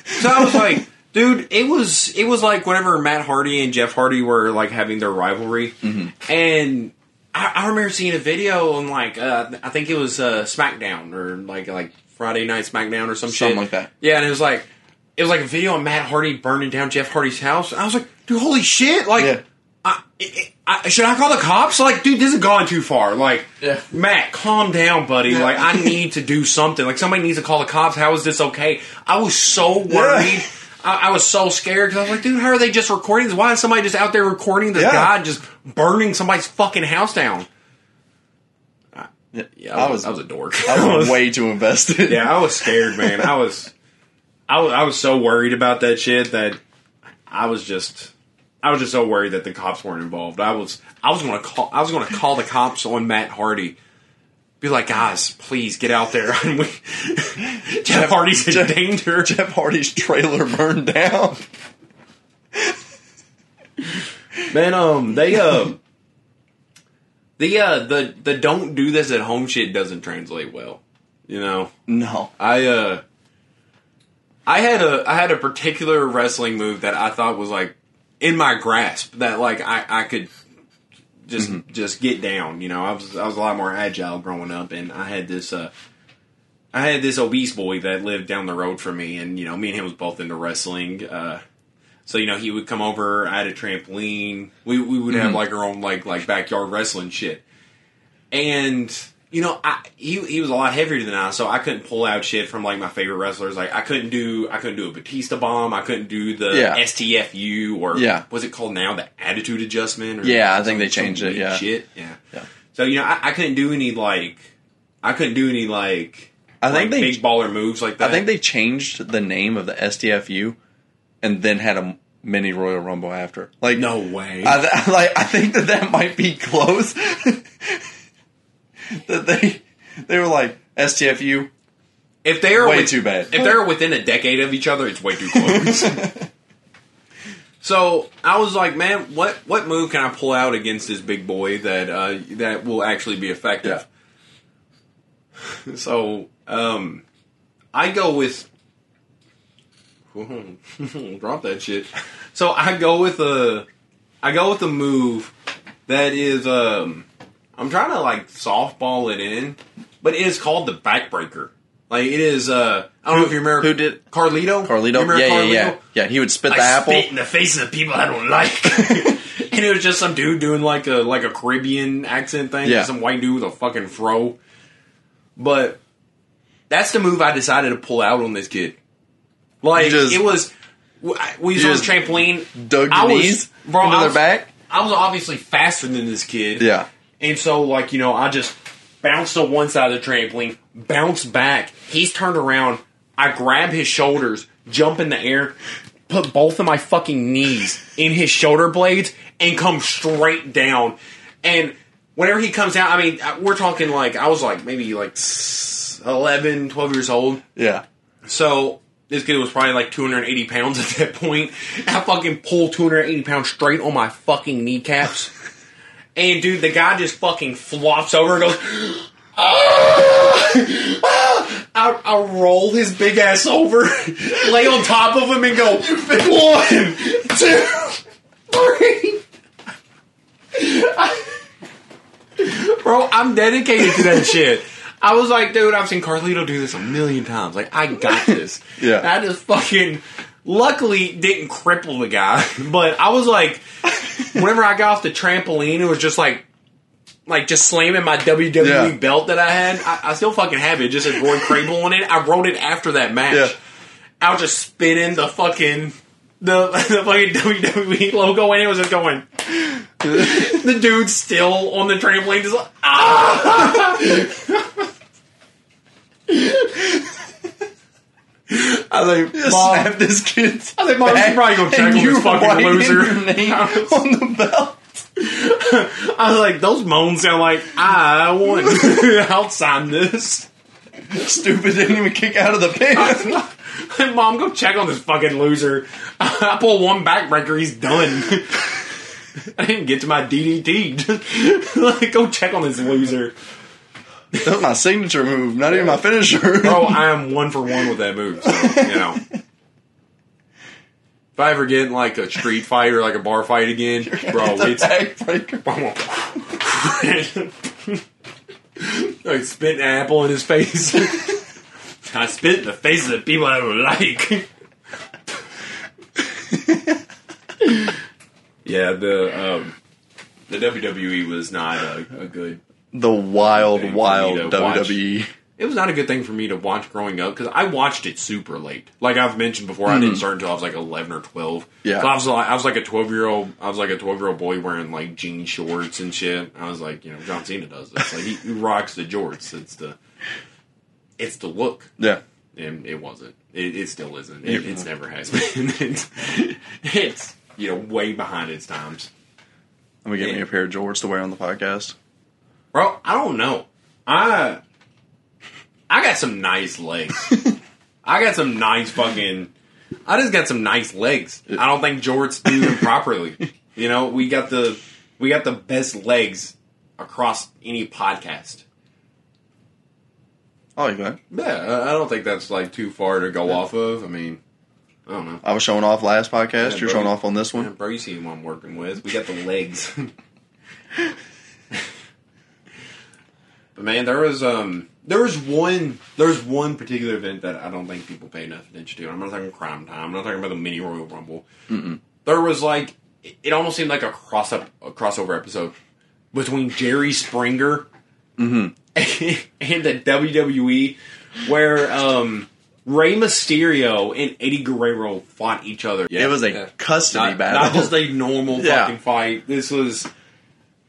[SPEAKER 2] So I was like, *laughs* dude, it was it was like whenever Matt Hardy and Jeff Hardy were like having their rivalry,
[SPEAKER 3] Mm-hmm.
[SPEAKER 2] and I, I remember seeing a video on like uh, I think it was uh, SmackDown or like like Friday Night SmackDown or some
[SPEAKER 3] Something
[SPEAKER 2] shit
[SPEAKER 3] like that.
[SPEAKER 2] Yeah, and it was like it was like a video of Matt Hardy burning down Jeff Hardy's house. I was like, dude, holy shit! Like,
[SPEAKER 3] Yeah.
[SPEAKER 2] I, I, I, should I call the cops? Like, dude, this has gone too far. Like,
[SPEAKER 3] Yeah.
[SPEAKER 2] Matt, calm down, buddy.
[SPEAKER 3] Yeah.
[SPEAKER 2] Like,
[SPEAKER 3] *laughs*
[SPEAKER 2] I need to do something. Like, somebody needs to call the cops. How is this okay? I was so worried.
[SPEAKER 3] Yeah.
[SPEAKER 2] I, I was so scared because I was like, dude, how are they just recording this? Why is somebody just out there recording this
[SPEAKER 3] Yeah.
[SPEAKER 2] guy just burning somebody's fucking house down? Yeah, I,
[SPEAKER 3] I
[SPEAKER 2] was,
[SPEAKER 3] was
[SPEAKER 2] I was *laughs* a dork.
[SPEAKER 3] I was way too invested.
[SPEAKER 2] Yeah, I was scared, man. I was, I was, I was so worried about that shit that I was just, I was just so worried that the cops weren't involved. I was, I was gonna call, I was gonna call the cops on Matt Hardy. Be like, guys, please get out there. *laughs* And we, Jeff Hardy's in
[SPEAKER 3] Jeff-
[SPEAKER 2] danger.
[SPEAKER 3] *laughs* Jeff Hardy's trailer burned down.
[SPEAKER 2] Man, um, they, um, the, uh, the, the don't do this at home shit doesn't translate well. You know,
[SPEAKER 3] No,
[SPEAKER 2] I uh I had a I had a particular wrestling move that I thought was like in my grasp that like I, I could just just get down, you know. I was I was a lot more agile growing up and I had this uh I had this obese boy that lived down the road from me and you know, me and him was both into wrestling. Uh so you know, he would come over, I had a trampoline. We we would have like our own like like backyard wrestling shit and you know, I he, he was a lot heavier than I, so I couldn't pull out shit from like my favorite wrestlers. Like I couldn't do I couldn't do a Batista bomb. I couldn't do the
[SPEAKER 3] Yeah.
[SPEAKER 2] STFU or
[SPEAKER 3] Yeah.
[SPEAKER 2] was it called now the Attitude Adjustment? Or
[SPEAKER 3] Yeah, I think
[SPEAKER 2] some-
[SPEAKER 3] they
[SPEAKER 2] some
[SPEAKER 3] changed it,
[SPEAKER 2] weird
[SPEAKER 3] yeah.
[SPEAKER 2] shit. Yeah.
[SPEAKER 3] Yeah.
[SPEAKER 2] So you know, I, I couldn't do any like I couldn't do any like
[SPEAKER 3] I
[SPEAKER 2] like,
[SPEAKER 3] think they-
[SPEAKER 2] big baller moves like that.
[SPEAKER 3] I think they changed the name of the STFU, and then had a mini Royal Rumble after. Like
[SPEAKER 2] no way.
[SPEAKER 3] I, *laughs* th- like I think that that might be close. *laughs* that they they were like STFU
[SPEAKER 2] if they are
[SPEAKER 3] way
[SPEAKER 2] with-
[SPEAKER 3] too bad.
[SPEAKER 2] If they're within a decade of each other, it's way too close.
[SPEAKER 3] *laughs*
[SPEAKER 2] so I was like, man, what what move can I pull out against this big boy that uh, that will actually be effective? *laughs* so um, I go with. Mm-hmm. *laughs* Drop that shit. So I go with a, I go with a move that is um, I'm trying to like softball it in, but it is called the backbreaker. Like it is uh, I don't know if you remember
[SPEAKER 3] who did-
[SPEAKER 2] Carlito. You
[SPEAKER 3] Carlito,
[SPEAKER 2] remember
[SPEAKER 3] yeah, yeah,
[SPEAKER 2] Carlito?
[SPEAKER 3] yeah, yeah. He would spit
[SPEAKER 2] I
[SPEAKER 3] the apple.
[SPEAKER 2] *laughs* spit in the faces of people I don't like. and it was just some dude doing like a like a Caribbean accent thing.
[SPEAKER 3] Yeah.
[SPEAKER 2] Some white dude with a fucking fro. But that's the move I decided to pull out on this kid. Like
[SPEAKER 3] You just-
[SPEAKER 2] it was, w- I- we was
[SPEAKER 3] you
[SPEAKER 2] on the
[SPEAKER 3] just
[SPEAKER 2] trampoline.
[SPEAKER 3] *laughs* Dug your
[SPEAKER 2] I was-
[SPEAKER 3] knees
[SPEAKER 2] bro,
[SPEAKER 3] into
[SPEAKER 2] I
[SPEAKER 3] their
[SPEAKER 2] was-
[SPEAKER 3] back.
[SPEAKER 2] I was obviously faster than this kid.
[SPEAKER 3] Yeah.
[SPEAKER 2] And so, like, you know, I just bounced to one side of the trampoline, bounced back. He's turned around. I grab his shoulders, jump in the air, put both of my fucking knees in his shoulder blades, and come straight down. And whenever he comes out, I mean, I- we're talking like, I was like maybe like s- 11, 12 years old.
[SPEAKER 3] Yeah.
[SPEAKER 2] So this kid was probably like 280 pounds at that point. I fucking pulled 280 pounds straight on my fucking kneecaps. and dude, the guy just fucking flops over and goes, *gasps* "Ah!" I, I roll his big ass over, *laughs* lay on top of him, and go, one, two, three. *laughs* Bro, I'm dedicated to that shit. I was like, dude, I've seen Carlito do this a million times. Like, I got this.
[SPEAKER 3] Yeah.
[SPEAKER 2] I just fucking luckily didn't cripple the guy. *laughs* But I was like, whenever I got off the trampoline, it was just like like just slamming my WWE
[SPEAKER 3] Yeah.
[SPEAKER 2] belt that I had. I, I still fucking have it. It Just had Roy Crable on it. I wrote it after that match.
[SPEAKER 3] Yeah.
[SPEAKER 2] I was just spinning the fucking the, *laughs* the fucking WWE logo, and it was just going. the dude's still on the trampoline, just like ah. I think
[SPEAKER 3] Just
[SPEAKER 2] mom.
[SPEAKER 3] *laughs* snap this kid's
[SPEAKER 2] I think mom should
[SPEAKER 3] back
[SPEAKER 2] probably go check
[SPEAKER 3] and
[SPEAKER 2] on
[SPEAKER 3] you
[SPEAKER 2] this fucking
[SPEAKER 3] write in
[SPEAKER 2] loser.
[SPEAKER 3] your
[SPEAKER 2] *laughs*
[SPEAKER 3] name on the belt.
[SPEAKER 2] I was like, those moans sound like I won. *laughs* I'll sign this. *laughs*
[SPEAKER 3] Stupid didn't even kick out of the pin.
[SPEAKER 2] Mom, go check on this fucking loser. *laughs* I pull one backbreaker, he's done. *laughs* I didn't get to my DDT. *laughs* like, go check on this loser.
[SPEAKER 3] *laughs* that was my signature move, not even my finisher.
[SPEAKER 2] Bro, I am one for one with that move, so, you know. If I ever get in, like, a street fight or, like, a bar fight again,
[SPEAKER 3] *laughs*
[SPEAKER 2] bro,
[SPEAKER 3] the
[SPEAKER 2] it's... *laughs*
[SPEAKER 3] backbreaker.
[SPEAKER 2] like, spit an apple in his face. *laughs* I spit in the face of the people I don't like. *laughs* yeah, the um, the WWE was not a, a good.
[SPEAKER 3] The
[SPEAKER 2] Thing
[SPEAKER 3] wild,
[SPEAKER 2] for me to
[SPEAKER 3] wild E.
[SPEAKER 2] watch.
[SPEAKER 3] WWE.
[SPEAKER 2] It was not a good thing for me to watch growing up because I watched it super late. Like I've mentioned before, I didn't start until I was like eleven or twelve.
[SPEAKER 3] Yeah.
[SPEAKER 2] so I was like I was like a twelve year old. I was like a twelve year old boy wearing like jean shorts and shit. I was like, you know, John Cena does this. Like he, he rocks the jorts. It's the it's the look.
[SPEAKER 3] Yeah.
[SPEAKER 2] and it wasn't. It, it still isn't. It, it's never has been. *laughs* it's, it's you know way behind its times,
[SPEAKER 3] I'm gonna get me
[SPEAKER 2] Yeah.
[SPEAKER 3] a pair of Jorts to wear on the podcast.
[SPEAKER 2] bro. I don't know. I I got some nice legs. *laughs* I got some nice fucking. I just got some nice legs. I don't think Jorts do them *laughs* properly. You know, we got the we got the best legs across any podcast.
[SPEAKER 3] I like that.
[SPEAKER 2] Yeah, I- I don't think that's like too far to go off of. I mean, I don't know.
[SPEAKER 3] I was showing off last podcast.
[SPEAKER 2] Yeah,
[SPEAKER 3] You're
[SPEAKER 2] bro.
[SPEAKER 3] showing off on this
[SPEAKER 2] Yeah,
[SPEAKER 3] one.
[SPEAKER 2] bro, you see who I'm working with. We got the legs. *laughs* but man, there was um there was one there was one particular event that I don't think people pay enough attention to. I'm not talking crime time. I'm not talking about the mini Royal Rumble. There was like it- it almost seemed like a cross up a crossover episode between Jerry Springer
[SPEAKER 3] Mm-hmm.
[SPEAKER 2] *laughs* and the WWE where um Rey Mysterio and Eddie Guerrero fought each other.
[SPEAKER 3] It was a
[SPEAKER 2] Yeah.
[SPEAKER 3] custody
[SPEAKER 2] Not,
[SPEAKER 3] battle.
[SPEAKER 2] not
[SPEAKER 3] *laughs*
[SPEAKER 2] just a normal
[SPEAKER 3] Yeah.
[SPEAKER 2] fucking fight. This was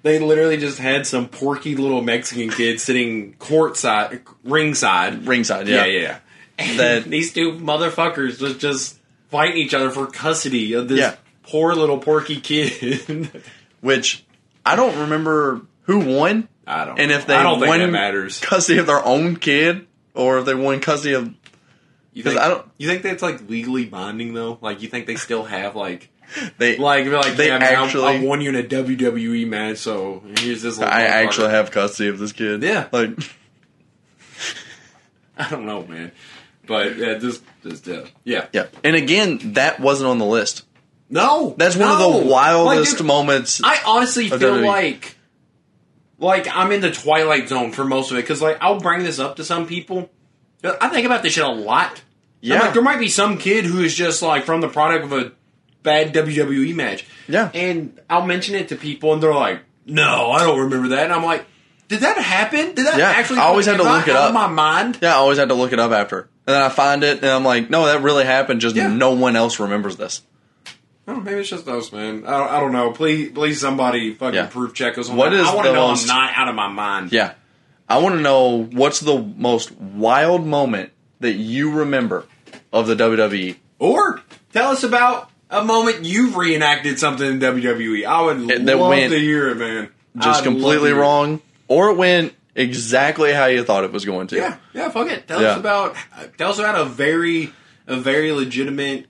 [SPEAKER 2] they literally just had some porky little Mexican kid sitting courtside, ringside.
[SPEAKER 3] ringside.
[SPEAKER 2] Yeah,
[SPEAKER 3] Yeah,
[SPEAKER 2] yeah. yeah. And
[SPEAKER 3] *laughs* That-
[SPEAKER 2] *laughs* these two motherfuckers was just fighting each other for custody of this
[SPEAKER 3] Yeah.
[SPEAKER 2] poor little porky kid. *laughs*
[SPEAKER 3] Which I don't remember who won
[SPEAKER 2] I don't.
[SPEAKER 3] and if they
[SPEAKER 2] I don't
[SPEAKER 3] won
[SPEAKER 2] think that matters.
[SPEAKER 3] custody of their own kid or if they won custody of
[SPEAKER 2] You
[SPEAKER 3] 'cause
[SPEAKER 2] think
[SPEAKER 3] I don't-
[SPEAKER 2] You think that's like legally bonding though? Like you think they still have like.
[SPEAKER 3] they.
[SPEAKER 2] Like, they're like
[SPEAKER 3] They
[SPEAKER 2] yeah, man, I- I,
[SPEAKER 3] actually-
[SPEAKER 2] won you in a WWE match, so here's this. Little
[SPEAKER 3] I
[SPEAKER 2] motherfucker."
[SPEAKER 3] actually have custody of this kid.
[SPEAKER 2] oh, Yeah.
[SPEAKER 3] like
[SPEAKER 2] *laughs* I don't know, man. But yeah, this, this, uh, yeah,
[SPEAKER 3] yeah. And again, that wasn't on the list.
[SPEAKER 2] No,
[SPEAKER 3] That's one
[SPEAKER 2] no.
[SPEAKER 3] of the wildest
[SPEAKER 2] Like, dude,
[SPEAKER 3] moments.
[SPEAKER 2] I honestly feel
[SPEAKER 3] of WWE.
[SPEAKER 2] like, like I'm in the twilight zone for most of it because, like, I'll bring this up to some people. I think about this shit a lot. I'm
[SPEAKER 3] yeah,
[SPEAKER 2] like, there might be some kid who is just like from the product of a bad WWE match.
[SPEAKER 3] Yeah.
[SPEAKER 2] And I'll mention it to people, and they're like, "No, I don't remember that." And I'm like, "Did that happen? Did that
[SPEAKER 3] Yeah,
[SPEAKER 2] actually?
[SPEAKER 3] I always had
[SPEAKER 2] am
[SPEAKER 3] to look it
[SPEAKER 2] out
[SPEAKER 3] up.
[SPEAKER 2] Of my mind.
[SPEAKER 3] Yeah, I always had to look it up after. And then I find it and I'm like, no, that really happened. Just
[SPEAKER 2] Yeah.
[SPEAKER 3] no one else remembers this.
[SPEAKER 2] Oh, maybe it's just us, man. I don't, I don't know. Please, please, somebody fucking
[SPEAKER 3] Yeah.
[SPEAKER 2] proof check us. On
[SPEAKER 3] What
[SPEAKER 2] that.
[SPEAKER 3] is
[SPEAKER 2] I want
[SPEAKER 3] the
[SPEAKER 2] to know
[SPEAKER 3] most-
[SPEAKER 2] I'm not out of my mind.
[SPEAKER 3] Yeah. I want to know what's the most wild moment that you remember of the E? WWE.
[SPEAKER 2] Or tell us about a moment you've reenacted something in WWE. I would
[SPEAKER 3] It- that
[SPEAKER 2] love
[SPEAKER 3] went
[SPEAKER 2] to hear it, man.
[SPEAKER 3] Just
[SPEAKER 2] I'd love
[SPEAKER 3] completely
[SPEAKER 2] to hear it.
[SPEAKER 3] wrong or it went exactly how you thought it was going to. *laughs*
[SPEAKER 2] Yeah, yeah. Fuck it. Tell
[SPEAKER 3] Yeah.
[SPEAKER 2] us about tell us about a very a very legitimate,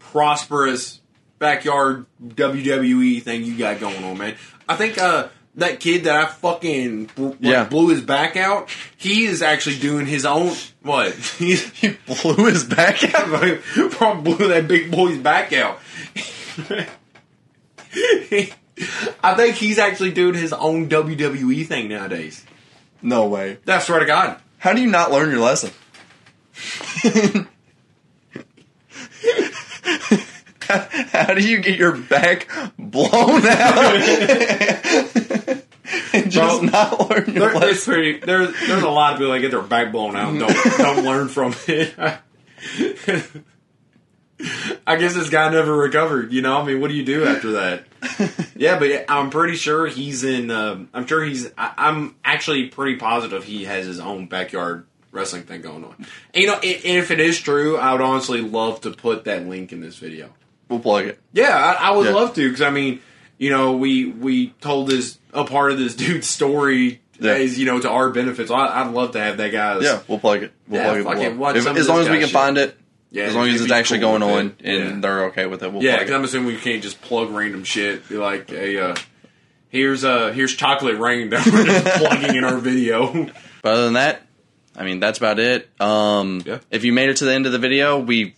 [SPEAKER 2] prosperous backyard WWE thing you got going on, man. I think uh that kid that I fucking bl- like,
[SPEAKER 3] Yeah.
[SPEAKER 2] blew his back out. He is actually doing his own what *laughs* he's.
[SPEAKER 3] He blew his back
[SPEAKER 2] *laughs*
[SPEAKER 3] out.
[SPEAKER 2] Probably blew that big boy's back out. *laughs* I think he's actually doing his own WWE thing nowadays.
[SPEAKER 3] No way.
[SPEAKER 2] That's swear to God.
[SPEAKER 3] How do you not learn your lesson? How do you get your back blown out and just
[SPEAKER 2] Bro,
[SPEAKER 3] not learn your *laughs*
[SPEAKER 2] There, there's,
[SPEAKER 3] lesson?
[SPEAKER 2] pretty, there, there's a lot of people that get their back blown out and don't, don't learn from it. I guess this guy never recovered, you know? I mean, what do you do after that? Yeah, but I'm pretty sure he's in. Um, I'm sure he's. I, I'm actually pretty positive he has his own backyard wrestling thing going on. And, you know, i if it is true, I would honestly love to put that link in this video.
[SPEAKER 3] We'll plug it.
[SPEAKER 2] Yeah, I, I would
[SPEAKER 3] Yeah.
[SPEAKER 2] love to because I mean, you know, we we told this a part of this *laughs* dude's story
[SPEAKER 3] Yeah.
[SPEAKER 2] is you know to our benefit. So I, I'd love to have that guy. as-
[SPEAKER 3] Yeah, we'll plug it. We'll
[SPEAKER 2] Yeah,
[SPEAKER 3] plug it.
[SPEAKER 2] fuck
[SPEAKER 3] We'll-
[SPEAKER 2] it, watch
[SPEAKER 3] if-
[SPEAKER 2] some of
[SPEAKER 3] as long
[SPEAKER 2] this
[SPEAKER 3] as we
[SPEAKER 2] guy
[SPEAKER 3] can
[SPEAKER 2] shit.
[SPEAKER 3] find it,
[SPEAKER 2] Yeah,
[SPEAKER 3] as long as
[SPEAKER 2] it'd
[SPEAKER 3] it's
[SPEAKER 2] be
[SPEAKER 3] actually
[SPEAKER 2] cool
[SPEAKER 3] going
[SPEAKER 2] with
[SPEAKER 3] on
[SPEAKER 2] it.
[SPEAKER 3] and
[SPEAKER 2] Yeah.
[SPEAKER 3] they're okay with it, we'll
[SPEAKER 2] Yeah,
[SPEAKER 3] plug
[SPEAKER 2] because
[SPEAKER 3] it.
[SPEAKER 2] I'm assuming we can't just plug random shit. Be like, hey, uh, here's uh, here's chocolate rain *laughs* that we're just plugging in our video. *laughs*
[SPEAKER 3] But other than that, I mean, that's about it. Um,
[SPEAKER 2] Yeah.
[SPEAKER 3] If you made it to the end of the video, we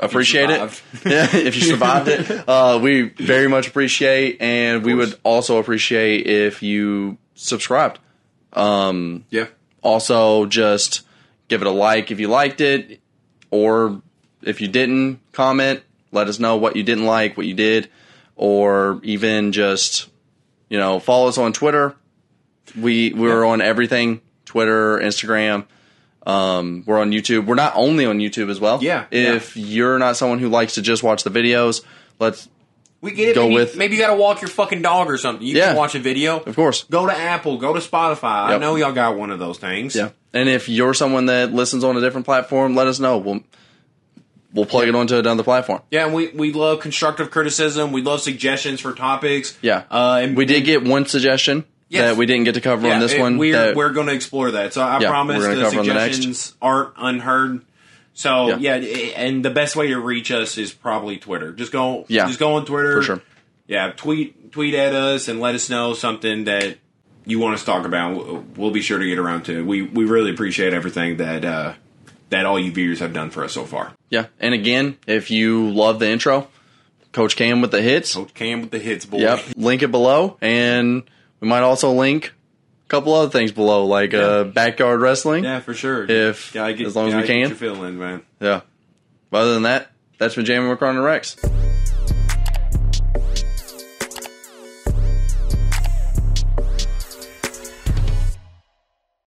[SPEAKER 3] appreciate it.
[SPEAKER 2] survived.
[SPEAKER 3] *laughs* Yeah, if you survived it, uh, we very much appreciate, and we would also appreciate if you subscribed. Um,
[SPEAKER 2] yeah,
[SPEAKER 3] also, just give it a like if you liked it, or if you didn't, comment. Let us know what you didn't like, what you did, or even just you know follow us on Twitter. We we're on everything: Twitter, Instagram. Um, we're on YouTube. We're not only on YouTube as well.
[SPEAKER 2] Yeah, yeah.
[SPEAKER 3] If you're not someone who likes to just watch the videos, let's
[SPEAKER 2] we get it.
[SPEAKER 3] Go
[SPEAKER 2] maybe,
[SPEAKER 3] with-
[SPEAKER 2] maybe you got to walk your fucking dog or something. You
[SPEAKER 3] Yeah.
[SPEAKER 2] can watch a video.
[SPEAKER 3] of course.
[SPEAKER 2] Go to Apple. Go to Spotify. I
[SPEAKER 3] Yep.
[SPEAKER 2] know y'all got one of those things.
[SPEAKER 3] Yeah. And if you're someone that listens on a different platform, let us know. We'll we'll plug it onto another platform.
[SPEAKER 2] Yeah, and we, we love constructive criticism. We love suggestions for topics.
[SPEAKER 3] Yeah.
[SPEAKER 2] Uh, and
[SPEAKER 3] We did get one suggestion
[SPEAKER 2] Yes.
[SPEAKER 3] that we didn't get to cover on this
[SPEAKER 2] and
[SPEAKER 3] one.
[SPEAKER 2] We're
[SPEAKER 3] that-
[SPEAKER 2] we're going to explore that. So I
[SPEAKER 3] Yeah,
[SPEAKER 2] promise
[SPEAKER 3] we're gonna
[SPEAKER 2] the
[SPEAKER 3] cover on the next.
[SPEAKER 2] suggestions aren't unheard. So
[SPEAKER 3] Yeah.
[SPEAKER 2] yeah. i- and the best way to reach us is probably Twitter. Just go,
[SPEAKER 3] Yeah.
[SPEAKER 2] just go on Twitter
[SPEAKER 3] For sure.
[SPEAKER 2] Yeah, tweet tweet at us and let us know something that you want us to talk about. We'll- We'll be sure to get around to. it. We we really appreciate everything that uh, that all you viewers have done for us so far.
[SPEAKER 3] yeah. And again, if you love the intro, Coach Cam with the hits.
[SPEAKER 2] Coach Cam with the hits, boy.
[SPEAKER 3] Yep. Link it below. And we might also link a couple other things below, like uh, backyard wrestling.
[SPEAKER 2] Yeah, for sure.
[SPEAKER 3] If-
[SPEAKER 2] Gotta get-
[SPEAKER 3] as long as we
[SPEAKER 2] gotta get
[SPEAKER 3] can.
[SPEAKER 2] your feelings, man.
[SPEAKER 3] Yeah. But other than that, that's been Jamie McCron and Rex.